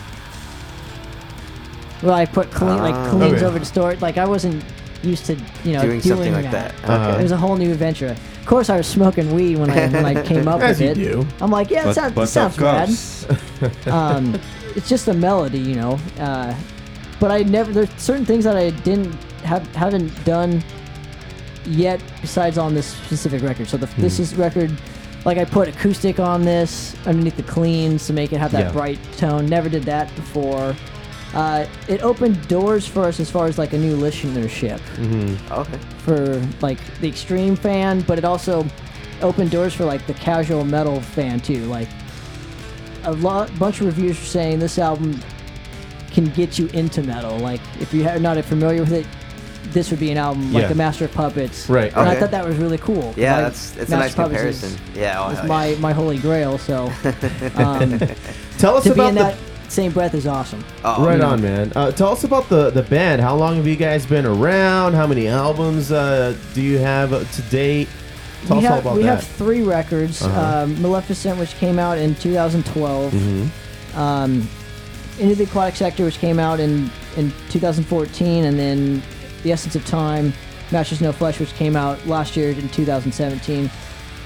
J: Well, I put clean
H: Ah.
J: like cleans
H: Okay.
J: over distort. Like I wasn't used to you know
H: Doing something like that. Uh-huh.
J: It was a whole new adventure. Of course, I was smoking weed when I when I came up
F: As
J: with
F: you
J: it.
F: do.
J: I'm like, yeah,
F: But-
J: it sounds,
F: but
J: it
F: of
J: sounds bad
F: course.
J: um, it's just a melody, you know. Uh, but I never there's certain things that I didn't have haven't done yet besides on this specific record. So the, this
O: Hmm.
J: is record like I put acoustic on this underneath the cleans to make it have that
O: Yeah.
J: bright tone. Never did that before. Uh, it opened doors for us as far as like a new listenership
H: Okay.
J: for like the extreme fan, but it also opened doors for like the casual metal fan too. Like a lot, bunch of reviews were saying this album can get you into metal. Like if you are not familiar with it, this would be an album like
H: Yeah.
J: The Master of Puppets.
H: Right.
J: And I
H: Okay.
J: thought that was really cool. 'cause
H: Yeah,
J: I-
H: that's- that's a nice
J: of Puppets is-
H: comparison. Yeah, oh,
J: is
H: hell
J: my
H: yeah.
J: my holy grail. So um,
F: Tell us
J: to
F: about
J: be in
F: the-
J: that same breath is awesome.
F: right
J: You know?
F: on, man. Uh, tell us about the, the band. How long have you guys been around? How many albums uh, do you have uh, to date? Tell
J: we
F: us
J: have,
F: all about
J: we
F: that.
J: have three records.
F: Uh-huh.
J: Um, Maleficent, which came out in 2012.
F: Mhm.
J: Um, Into the Aquatic Sector, which came out in, in 2014, and then The Essence of Time, Masters No Flesh, which came out last year in 2017.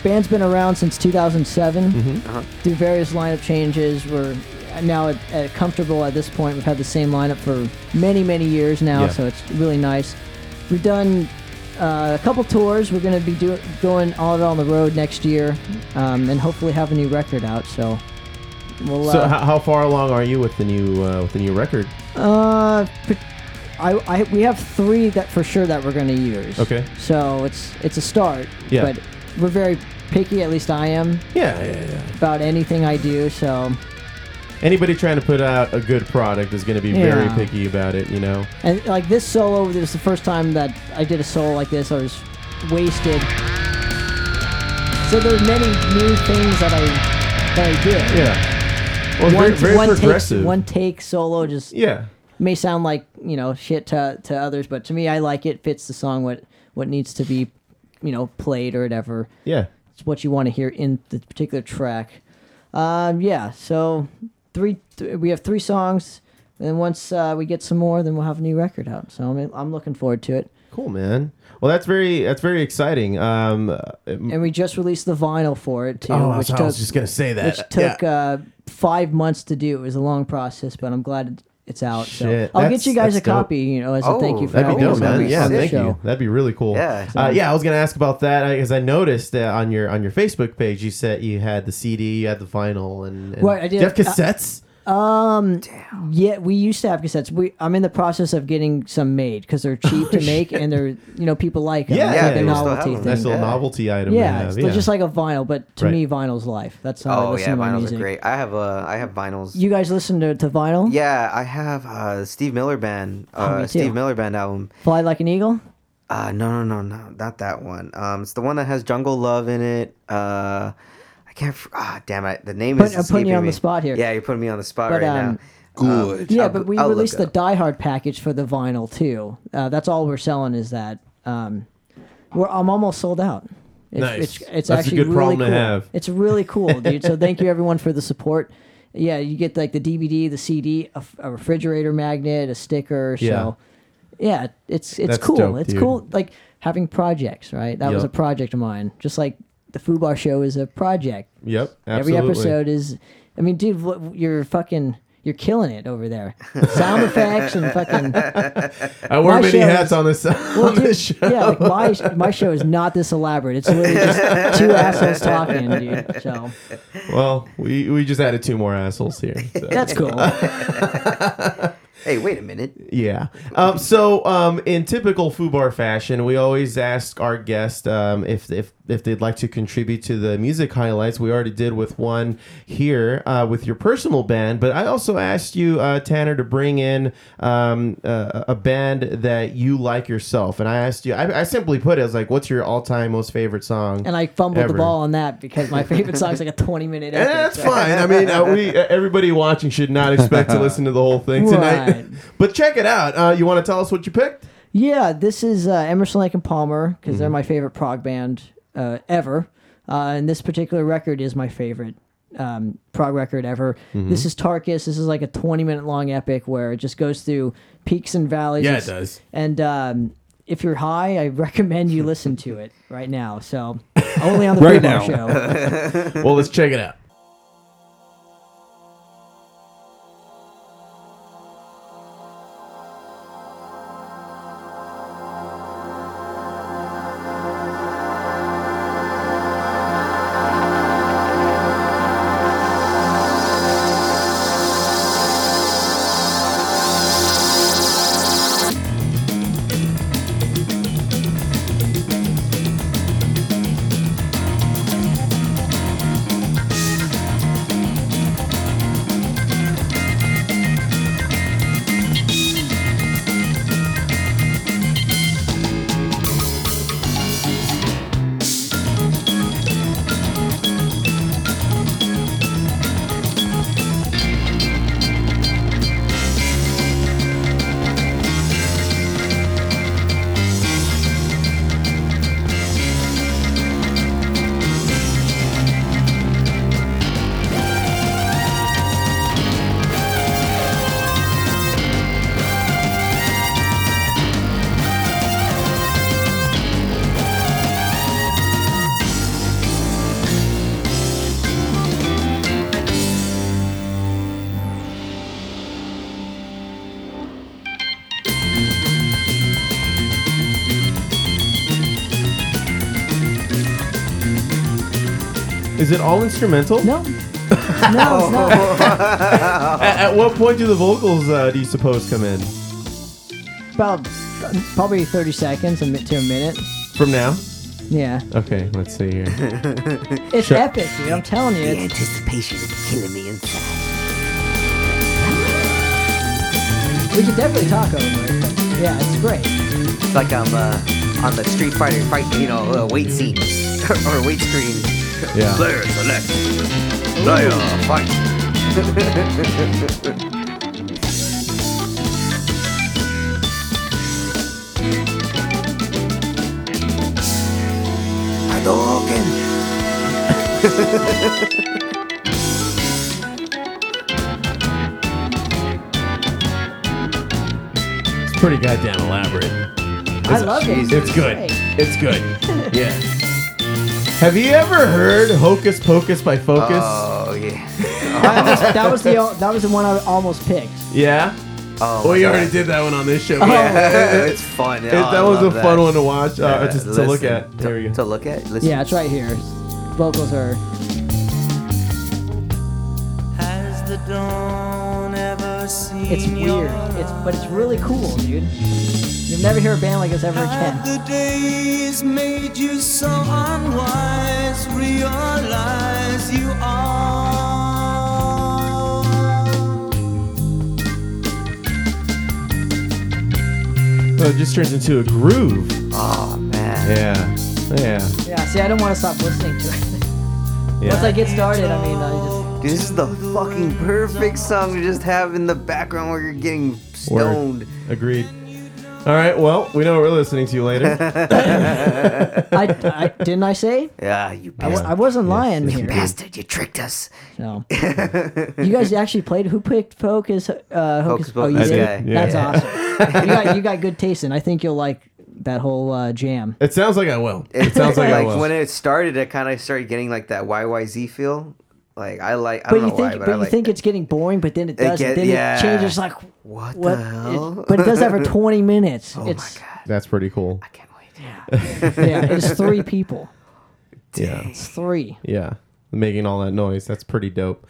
J: Band's been around since 2007
F: Mm-hmm.
O: Mhm. Uh-huh.
J: through various lineup changes. We're now at, at comfortable at this point. We've had the same lineup for many, many years now,
O: Yeah.
J: so it's really nice. We've done uh, a couple tours. We're going to be do- going all out on the road next year, um, and hopefully have a new record out. So we'll.
F: so
J: uh,
F: how, how far along are you with the new uh, with the new record?
J: uh, p- I, I, we have three that for sure that we're going to use.
F: Okay.
J: So it's it's a start.
F: Yeah.
J: But we're very picky. At least I am.
F: Yeah, yeah, yeah.
J: About anything I do. So
F: Anybody trying to put out a good product is going to be very
J: Yeah.
F: picky about it, you know.
J: and like this solo, this was the first time that I did a solo like this. I was wasted. So there's many new things that I that I did.
F: Yeah. Well, very- very
J: take-
F: progressive.
J: one take solo just
F: Yeah.
J: may sound like you know shit to, to others, but to me, I like it. Fits the song what what needs to be, you know, played or whatever.
F: Yeah.
J: it's what you want to hear in the particular track. Um, yeah. So three th- we have three songs, and then once uh, we get some more, then we'll have a new record out. So I'm I'm looking forward to it.
F: Cool, man. Well, that's very that's very exciting. Um, uh,
J: And we just released the vinyl for it too.
F: Oh, I
J: which
F: was- I
J: took,
F: was just gonna say that.
J: Which took uh, five months to do. It was a long process, but I'm glad it- it's out.
F: Shit,
J: so I'll
F: that's-
J: get you guys a
F: that's dope.
J: copy. You know, as a thank you for
F: Oh, that'd be
J: having
F: dope,
J: us on
F: man.
J: the-
F: Yeah,
J: on the
F: thank
J: show.
F: you. That'd be really cool.
J: Yeah.
F: uh, yeah. I was gonna ask about that because I noticed uh, on your on your Facebook page you said you had the CD, you had the vinyl, and, and
J: Right, I did. uh,
F: Do you have cassettes.
J: um, yeah, we used to have cassettes. We I'm in the process of getting some made because they're cheap to make and they're you know people like them.
F: Oh, yeah,
J: It's like a
F: people
J: novelty
F: still have them.
J: thing.
F: Nice little novelty item.
J: Yeah,
F: they have,
J: it's
F: yeah.
J: just like a vinyl, but to
F: Right.
J: me, vinyl's life. That's how I
H: Oh
J: listen
H: yeah,
J: to my
H: vinyls
J: music.
H: are great. I have uh, I have vinyls.
J: You guys listen to, to vinyl?
H: Yeah, I have uh, Steve Miller Band,
J: Oh, me
H: uh,
J: too.
H: Steve Miller Band album.
J: Fly like an eagle.
H: Uh, no, no, no, no, not that one. Um, it's the one that has Jungle Love in it. Uh, I can't. f- Ah, damn it. The name
J: Put-
H: is.
J: I'm putting you
H: escaping
J: on the
H: me.
J: spot here.
H: Yeah, you're putting me on the spot
J: But,
H: right
J: um,
H: now. Um,
J: yeah,
H: I'll
J: but
H: go-
J: we
H: I'll look
J: released the
H: up.
J: Die Hard package for the vinyl too. Uh, that's all we're selling is that. Um, we're I'm almost sold out. It's,
F: Nice.
J: It's, it's
F: That's a
J: actually
F: good
J: really
F: problem to
J: cool.
F: have.
J: It's really cool, dude. so thank you everyone for the support. Yeah, you get like the DVD, the CD, a, f- a refrigerator magnet, a sticker.
F: Yeah.
J: So yeah, it's it's
F: That's
J: cool.
F: dope,
J: it's
F: dude.
J: cool. Like having projects, right? That was a
F: Yep.
J: project of mine. Just like the Fubar show is a project.
F: Yep,
J: Every
F: absolutely.
J: episode is. I mean, dude, what, you're fucking. You're killing it over there. Sound effects and fucking.
F: I wore
J: My
F: many
J: show
F: hats
J: is-
F: on this on
J: dude,
F: this show.
J: Yeah, like my my show is not this elaborate. It's literally just two assholes talking, dude. So
F: Well, we, we just added two more assholes here. so.
J: that's cool.
H: hey, wait a minute.
F: Yeah. Um, so, um, in typical Fubar fashion, we always ask our guest um, if, if if they'd like to contribute to the music highlights. We already did with one here uh, with your personal band, but I also asked you, uh, Tanner, to bring in um, uh, a band that you like yourself. And I asked you, I, I simply put it, I was like, what's your all time most favorite song?
J: And I fumbled
F: ever?
J: the ball on that because my favorite song's like a 20 minute.
F: And
J: epic,
F: that's
J: so-
F: fine. I mean, uh, we uh, everybody watching should not expect to listen to the whole thing tonight.
J: Right.
F: but check it out. Uh, you want to tell us what you picked?
J: Yeah, this is uh, Emerson, Lake and Palmer because
O: Mm-hmm.
J: they're
F: Mhm.
J: my favorite prog band uh, ever, uh, and this particular record is my favorite um, prog record ever.
O: Mhm.
J: This is Tarkus. This is like a twenty-minute long epic where it just goes through peaks and valleys.
O: Yeah, it
J: It's-
O: does.
J: And um, if you're high, I recommend you listen to it right now. So only on the
F: Right
J: Free Bar show.
F: well, let's check it out. Is it all instrumental?
J: No. No, it's not.
F: at, at what point do the vocals, uh, do you suppose, come in?
J: About probably 30 seconds a mi- to a minute.
F: From now?
J: Yeah.
F: Okay, let's see here.
J: It's
F: Sure.
J: epic, dude. I'm telling you.
F: The
J: anticipation is killing me inside. We could definitely talk over it. but Yeah, it's great.
H: It's like I'm uh, on the Street Fighter fight, you know, uh, wait seat or wait screen.
F: Yeah.
H: Player select. Player fight.
F: It's pretty goddamn elaborate.
J: I love it.
F: It's good.
J: Hey.
F: It's good. Yeah. Have you ever heard Hocus Pocus by Focus?
H: Oh, yeah.
J: That was, that was the o- that was the one I almost picked.
F: Yeah.
H: Oh,
F: well,
H: my
F: you
H: God.
F: already did that one on this show.
H: Yeah,
F: but-
H: it's fun.
F: It-
H: Oh, I
F: that was a
H: love
F: fun
H: that.
F: one to watch. Uh,
H: Yeah,
F: just to look
H: listen.
F: at. There we go.
H: To look at? Listen.
J: Yeah, it's right here. Vocals are.
G: Has the dawn ever seen
J: It's weird. It's but it's really cool, dude. You'll never hear a band like this ever again.
G: The days made you so unwise. Realize you are.
F: So Oh, it just turns into a groove.
H: Oh man.
F: Yeah. Yeah.
J: Yeah. See, I don't want to stop listening to it.
F: Yeah.
J: Once I get started, I mean, I just.
H: Dude, this is the fucking perfect song to just have in the background while you're getting
F: Word.
H: stoned.
F: Agreed. All right. Well, we know we're listening to you later.
J: I, I didn't I say?
H: Yeah, you
J: I, w- I wasn't lying here.
H: bastard. You tricked us.
J: No. You guys actually played. Who picked Focus? Uh, Hocus,
H: Hocus
J: oh, you
H: Pocus
J: did?
H: guy. Yeah.
J: That's
H: Yeah.
J: awesome. you, got, you got good taste, and I think you'll like that whole uh, jam.
F: it sounds like I will. It sounds like, I will.
H: when it started, I kind of started getting like that YYZ feel. Like I like. I
J: But
H: don't
J: you
H: know
J: think,
H: why, but,
J: but
H: I
J: you
H: like.
J: think it's getting boring, but then it
H: It
J: does.
H: get-
J: not then
H: yeah.
J: it changes like
H: What the
J: what? It-
H: hell? Oh
J: but it does that for twenty minutes. it's
F: That's pretty cool. I can't wait.
J: yeah, it's three people.
F: Yeah.
J: It's three.
F: Yeah, making all that noise. That's pretty dope.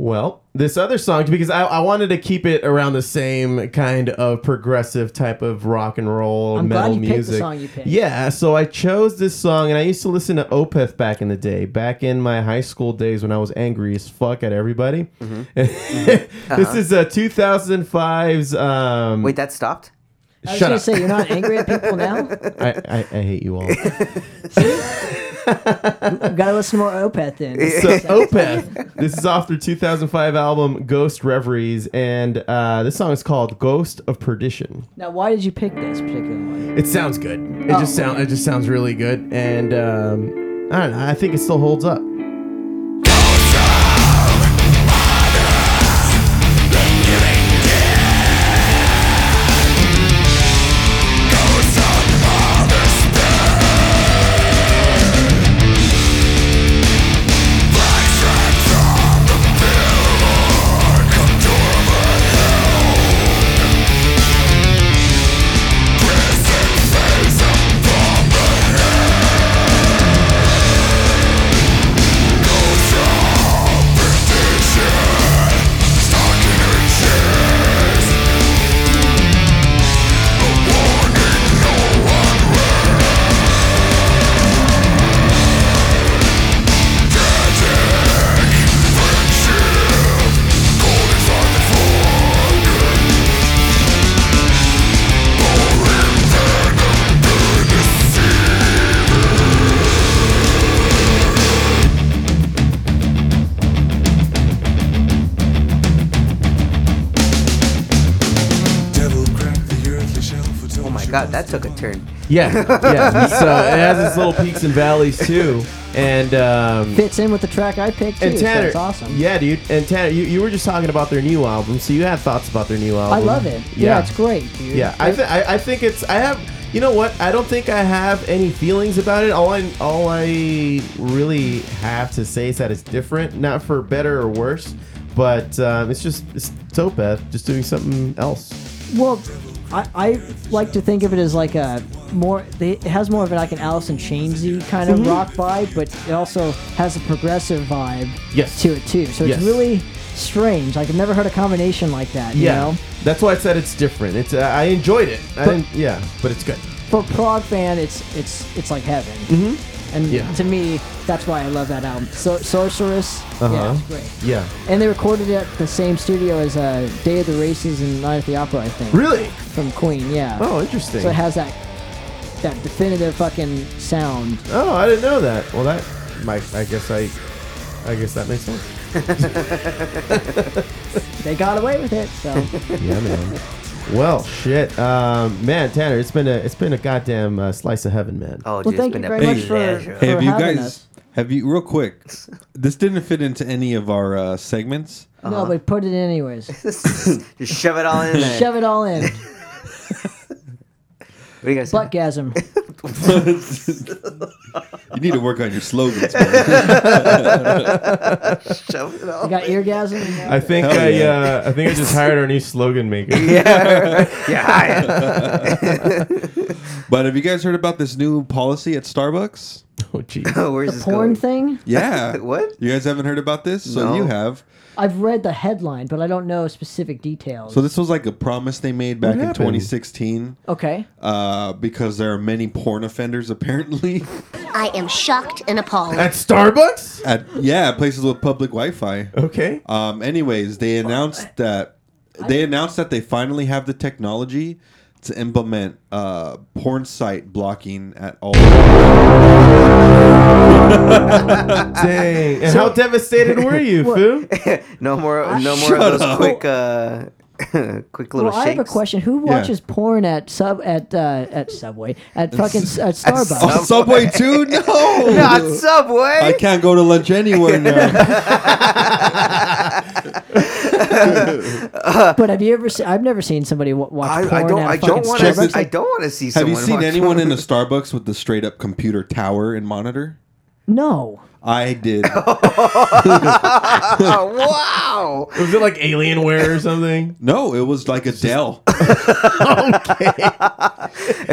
F: Well, this other song, because I, I wanted to keep it around the same kind of progressive type of rock and roll,
J: I'm glad
F: metal
J: you picked the
F: music.
J: song you picked.
F: Yeah, so I chose this song, and I used to listen to Opeth back in the day, back in my high school days when I was angry as fuck at everybody. Mm-hmm. this is uh, 2005's. Um,
H: Wait, that stopped.
J: I was
F: shut
J: gonna
F: up.
J: say you're not angry at people now.
F: I, I, I hate you all.
J: You gotta listen to more Opeth then.
F: so Opeth, this is off their 2005 album Ghost Reveries, and uh, this song is called "Ghost of Perdition."
J: Now, why did you pick this particular one?
F: It sounds good. It
J: Oh.
F: just sound it just sounds really good, and um, I don't know. I think it still holds up.
H: Oh my god, that took a turn.
F: Yeah, yeah. So it has its little peaks and valleys too, and um,
J: Fits in with the track I picked too.
F: and Tanner,
J: so that's awesome.
F: yeah, dude. And Tanner, you, you were just talking about their new album, so you had thoughts about their new
J: I
F: album.
J: love it. Yeah, it's great, dude.
F: Yeah, I, th- I I think it's I have you know what I don't think I have any feelings about it. All I all I really have to say is that it's different, not for better or worse, but um, it's just it's Topeth just doing something else.
J: Well, I, I like to think of it as like a more. They, it has more of like an Alice in Chainsy kind of
F: Mhm.
J: rock vibe, but it also has a progressive vibe
F: Yes.
J: to it too. So
F: Yes.
J: it's really strange. Like I've never heard a combination like that. You
F: yeah.
J: know?
F: That's why I said it's different. It's uh, I enjoyed it. I
J: But-
F: didn't, yeah, but it's good.
J: for a prog fan, it's it's it's like heaven. Mm-hmm. And
F: Yeah.
J: to me, that's why I love that album. So Sorceress,
F: Uh
J: yeah,
F: huh.
J: it's great.
F: Yeah.
J: And they recorded it at the same studio as uh, Day of the Races and Night at the Opera, I think.
F: Really?
J: From Queen, yeah.
F: Oh, interesting.
J: So it has that that definitive fucking sound.
F: Oh, I didn't know that. Well, that might. I guess I. I guess that makes sense.
J: They got away with it, so.
H: Uh-huh.
F: yeah, man. Well, shit, um, man, Tanner, it's been a it's been a goddamn uh, slice of heaven, man.
H: Oh,
J: dude, it's thank been you a very much for- pleasure. for
I: have you
J: having
I: guys?
J: us.
I: Have you real quick? This didn't fit into any of our uh, segments.
J: No, but put it in anyways.
H: Just shove it all in there.
J: Shove it all in.
H: What do you guys?
J: Buttgasm.
I: You need to work on your slogans. man.
H: Shove it all.
J: You got eargasm?
F: I think
I: Hell
F: I
I: yeah.
F: uh, I think I just hired our new slogan maker.
H: Yeah. Yeah, hi.
I: but have you guys heard about this new policy at Starbucks?
F: Oh, jeez.
H: Where's
J: the porn thing?
I: Yeah.
H: What?
I: You guys haven't heard about this? So
H: No.
I: you have.
J: I've read the headline, but I don't know specific details.
I: So this was like a promise they made
F: What
I: back in
F: happened?
I: 2016
J: okay.
I: uh, because there are many porn offenders apparently.
B: I am shocked and appalled.
F: At Starbucks?
I: at yeah places with public Wi-Fi.
F: Okay.
I: Um, anyways, they announced that they announced that they finally have the technology to implement uh, porn site blocking at all. Oh,
F: Dang. And how devastated were you, foo?
H: no more.
J: Ah,
H: No more
I: Shut
H: of those
I: up.
H: quick, uh, quick little
J: Well, I have a
H: shakes.
J: question. Who
I: Yeah.
J: watches porn at sub at uh, at Subway at fucking s- at Starbucks?
I: On Subway too? No.
H: Not Subway.
I: I can't go to lunch anywhere now.
J: but have you ever? Se- I've never seen somebody w- watch
H: I,
J: porn
H: I don't.
J: at
H: I
J: fucking
H: don't want
I: check
J: Starbucks.
I: this-
H: to. I
J: Like,
H: don't want to see
I: Have
H: someone.
I: you seen
H: watch
I: anyone in a
H: porn.
I: Starbucks with the straight up computer tower and monitor?
J: no.
I: I did.
H: oh, wow.
F: Was it like Alienware or something?
I: No, it was like a Dell.
H: If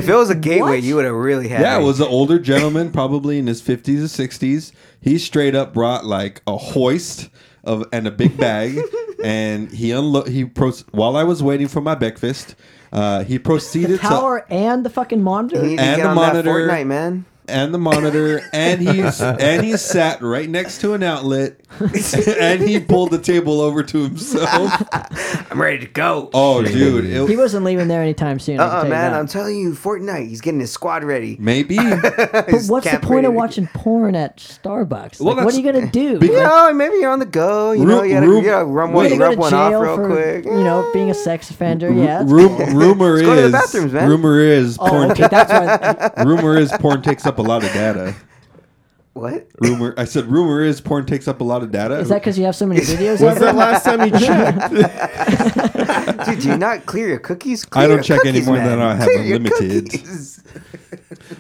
H: it was a gateway, you would have really had.
I: Yeah, it
H: me.
I: was an older gentleman, probably in his 50s or 60s. He straight up brought like a hoist of and a big bag, and he unlo- he pro- while I was waiting for my breakfast, uh, he proceeded to
J: Tower and the fucking
H: You
J: monitor.
H: need to
I: and
H: get
I: the
H: on
I: monitor.
H: That Fortnite man.
I: and the monitor, and he and he sat right next to an outlet, and he pulled the table over to himself.
H: I'm ready to go.
I: Oh, dude, it,
J: He wasn't leaving there anytime soon. I can
H: Uh-uh,
J: tell you
H: man,
J: that.
H: I'm telling you, Fortnite. He's getting his squad ready.
I: maybe.
J: but what's the
H: caffeinated.
J: point of watching porn at Starbucks? Like, what
I: Well, that's-
J: are you gonna do?
I: Because-
H: You know, maybe you're on the go. You know,
I: Ru-
H: you gotta,
I: ru-
H: you gotta run
J: You're
H: one,
J: gonna go
H: rub
J: to
H: one off
J: jail
H: real
J: for,
H: quick.
J: You know, being a sex offender. Yeah. that's-
I: Ru- rumor
H: go to the
I: is
H: bathrooms, man.
I: rumor is
J: Oh,
I: porn.
J: okay, that's why.
I: rumor is porn takes up a lot of data.
H: What?
I: Rumor. I said rumor is porn takes up a lot of data.
J: Is that because you have so many videos?
F: Was
J: ever?
F: that last time you checked?
H: Dude, do you not clear your cookies? Clear
I: I don't
H: your
I: check
H: cookies,
I: anymore
H: man.
I: than I have
H: Clear your
I: unlimited.
H: cookies.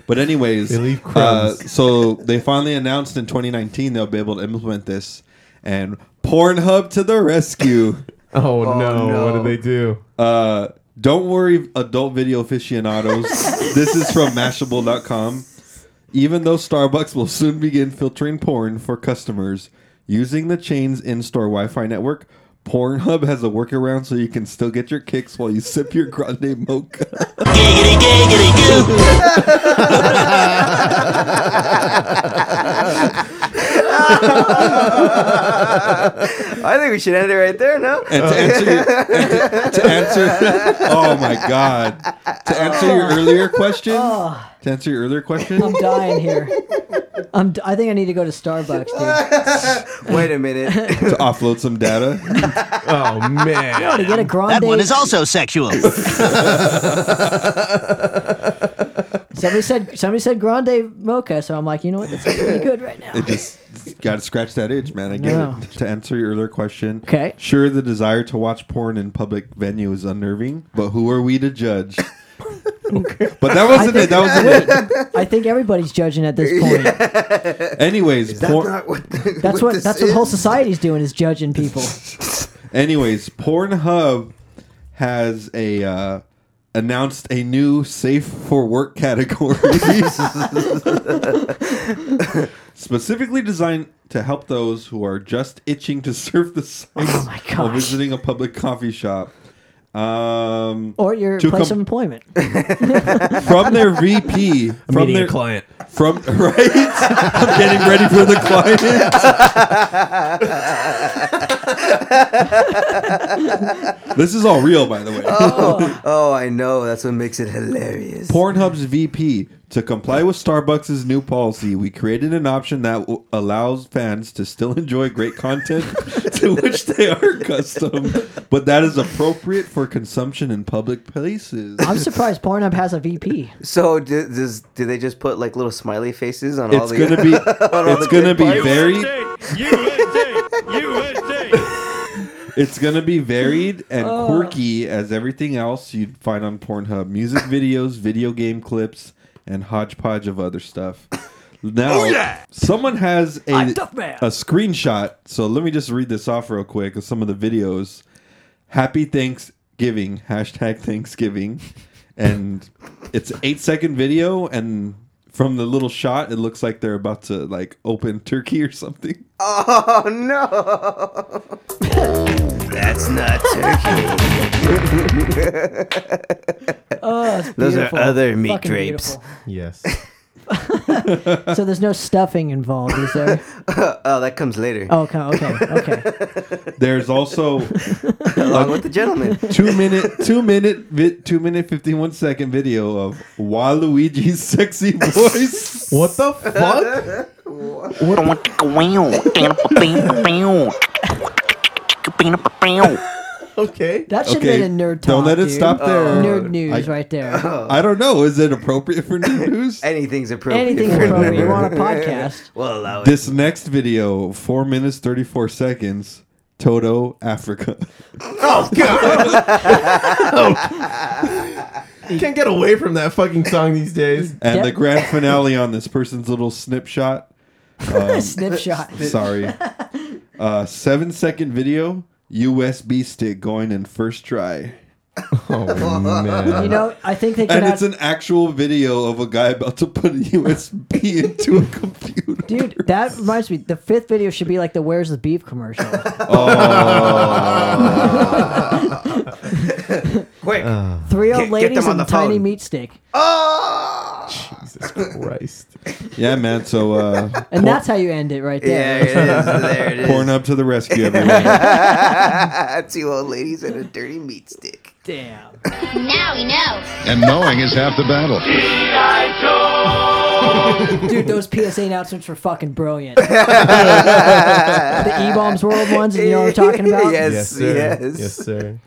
I: But anyways,
F: They leave
I: uh,
F: crumbs.
I: so they finally announced in 2019 they'll be able to implement this, and Pornhub to the rescue.
F: Oh, no.
H: no.
F: What did they do?
I: Uh, don't worry, adult video aficionados. this is from Mashable.com. Even though Starbucks will soon begin filtering porn for customers using the chain's in-store Wi-Fi network, Pornhub has a workaround so you can still get your kicks while you sip your grande mocha.
H: I think we should end it right there. No.
I: And to answer your, and to, to answer, oh my god, to answer your earlier question, to answer your earlier question,
J: I'm dying here. I'm. D- I think I need to go to Starbucks, dude.
H: Wait a minute.
I: to offload some data.
F: Oh man.
J: To get a grande.
A: That one is also sexual.
J: Somebody said somebody said grande mocha, so I'm like, you know what? That's pretty good right now.
I: It just got to scratch that itch, man. I get
J: Yeah.
I: it. To answer your earlier question,
J: Okay.
I: sure, the desire to watch porn in public venue is unnerving, but who are we to judge? But that wasn't it. That wasn't it.
J: I think everybody's judging at this point.
I: Anyways, porn.
J: That's what that's what whole society's doing is judging people.
I: Anyways, Pornhub has a uh, announced a new safe for work category specifically designed to help those who are just itching to surf the sites
J: Oh
I: while visiting a public coffee shop. Um,
J: or your
I: to
J: place
I: com-
J: of employment.
I: from their VP,
O: I'm
I: from
O: meeting a
I: their
O: client.
I: from right. I'm getting ready for the client. this is all real, by the way.
H: Oh, oh, I know. That's what makes it hilarious.
I: Pornhub's VP to comply with Starbucks' new policy, we created an option that w- allows fans to still enjoy great content to which they are accustomed, but that is appropriate for consumption in public places.
J: I'm surprised Pornhub has a VP.
H: So do, does do they just put like little smiley faces on all
I: It's
H: the?
I: gonna be
H: on all
I: it's
H: the
I: gonna
H: good
I: be
H: parts?
I: very It's gonna be varied and
O: Oh.
I: quirky as everything else you'd find on Pornhub: music videos, video game clips, and hodgepodge of other stuff. Now,
O: Oh, yeah!
I: someone has a
O: I'm tough man.
I: a screenshot, so let me just read this off real quick of some of the videos. Happy Thanksgiving hashtag Thanksgiving, and it's an eight second video, and from the little shot, it looks like they're about to like open turkey or something.
H: Oh no! That's not turkey.
J: Oh, it's
H: Those are
J: beautiful.
H: other meat
J: Fucking
H: drapes.
F: Yes.
J: beautiful. so there's no stuffing involved, is there?
H: oh, that comes later.
J: Oh, okay, okay, okay.
I: There's also
H: Along with the gentleman.
I: two minute, two minute, vi- two minute, fifty one second video of Waluigi's sexy voice.
F: what the okay.
J: That should have been a nerd talk.
I: Don't let it
J: dude.
I: stop there.
J: Nerd news
H: Oh,
I: I-
J: right there.
I: I don't know. Is it appropriate for nerd news?
H: Anything's appropriate.
J: Anything's
H: for
J: appropriate.
H: nerd.
J: We're on a podcast.
H: we'll allow it.
I: This next video, four minutes thirty four seconds. Toto Africa.
F: Oh god! Can't get away from that fucking song these days.
I: And the grand finale on this person's little snapshot. Um,
J: Snapshot.
I: Sorry. Uh, seven second video. USB stick going in first try.
F: Oh
I: man!
J: You know, I think they could
I: and
J: have
I: it's an actual video of a guy about to put a USB into a computer.
J: Dude, that reminds me. The fifth video should be like the "Where's the Beef" commercial. Oh.
H: Quick.
J: Three old
H: Get- get
J: ladies
H: them on
J: and a
H: the
J: tiny
H: phone.
J: meat stick,
F: Jesus Christ!
I: Yeah, man. So, uh,
J: and that's how you end it right there.
H: There it is.
I: porn up to the rescue, everyone.
H: Two old ladies and a dirty meat stick.
J: Damn.
B: Now we know.
P: And knowing is half the battle.
J: Dude, those PSA announcements were fucking brilliant. the E-bombs world ones, you know what I'm talking about?
H: Yes,
F: sir.
H: yes.
F: yes, sir.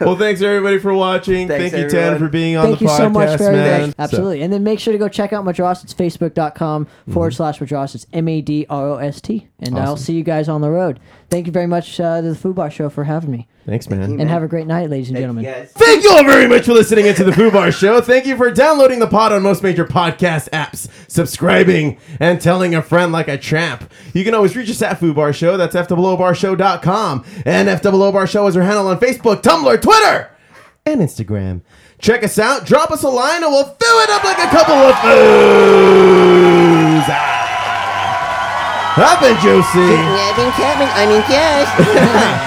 F: Well, thanks everybody for watching. Thank
H: Thanks,
F: you,
H: everyone.
F: Tan, for being on
J: Thank
F: the
J: you
F: podcast,
J: so much for
F: man.
J: everything.
F: So-
J: Absolutely. And then make sure to go check out Madross. It's facebook.com forward slash Madross. It's M A D R O S T. And I'll
F: Awesome.
J: see you guys on the road. Thank you very much uh, to the Foo Bar Show for having me.
F: Thanks, man.
J: And have a great night, ladies and gentlemen.
F: Thank you all very much for listening into the Foo Bar Show. Thank you for downloading the pod on most major podcast apps, subscribing, and telling a friend like a champ. You can always reach us at Foo Bar Show. That's FOOBarshow.com. And FOOBar Show is our handle on Facebook, Tumblr, Twitter, and Instagram. Check us out. Drop us a line, and we'll fill it up like a couple of foos. Ah. Up and juicy.
B: I mean, yes.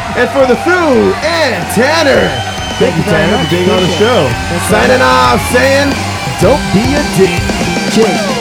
F: And for the foo and Tanner. Thank you, Tanner, for being on the show. Signing off, saying, don't be a dick.
J: Cheers.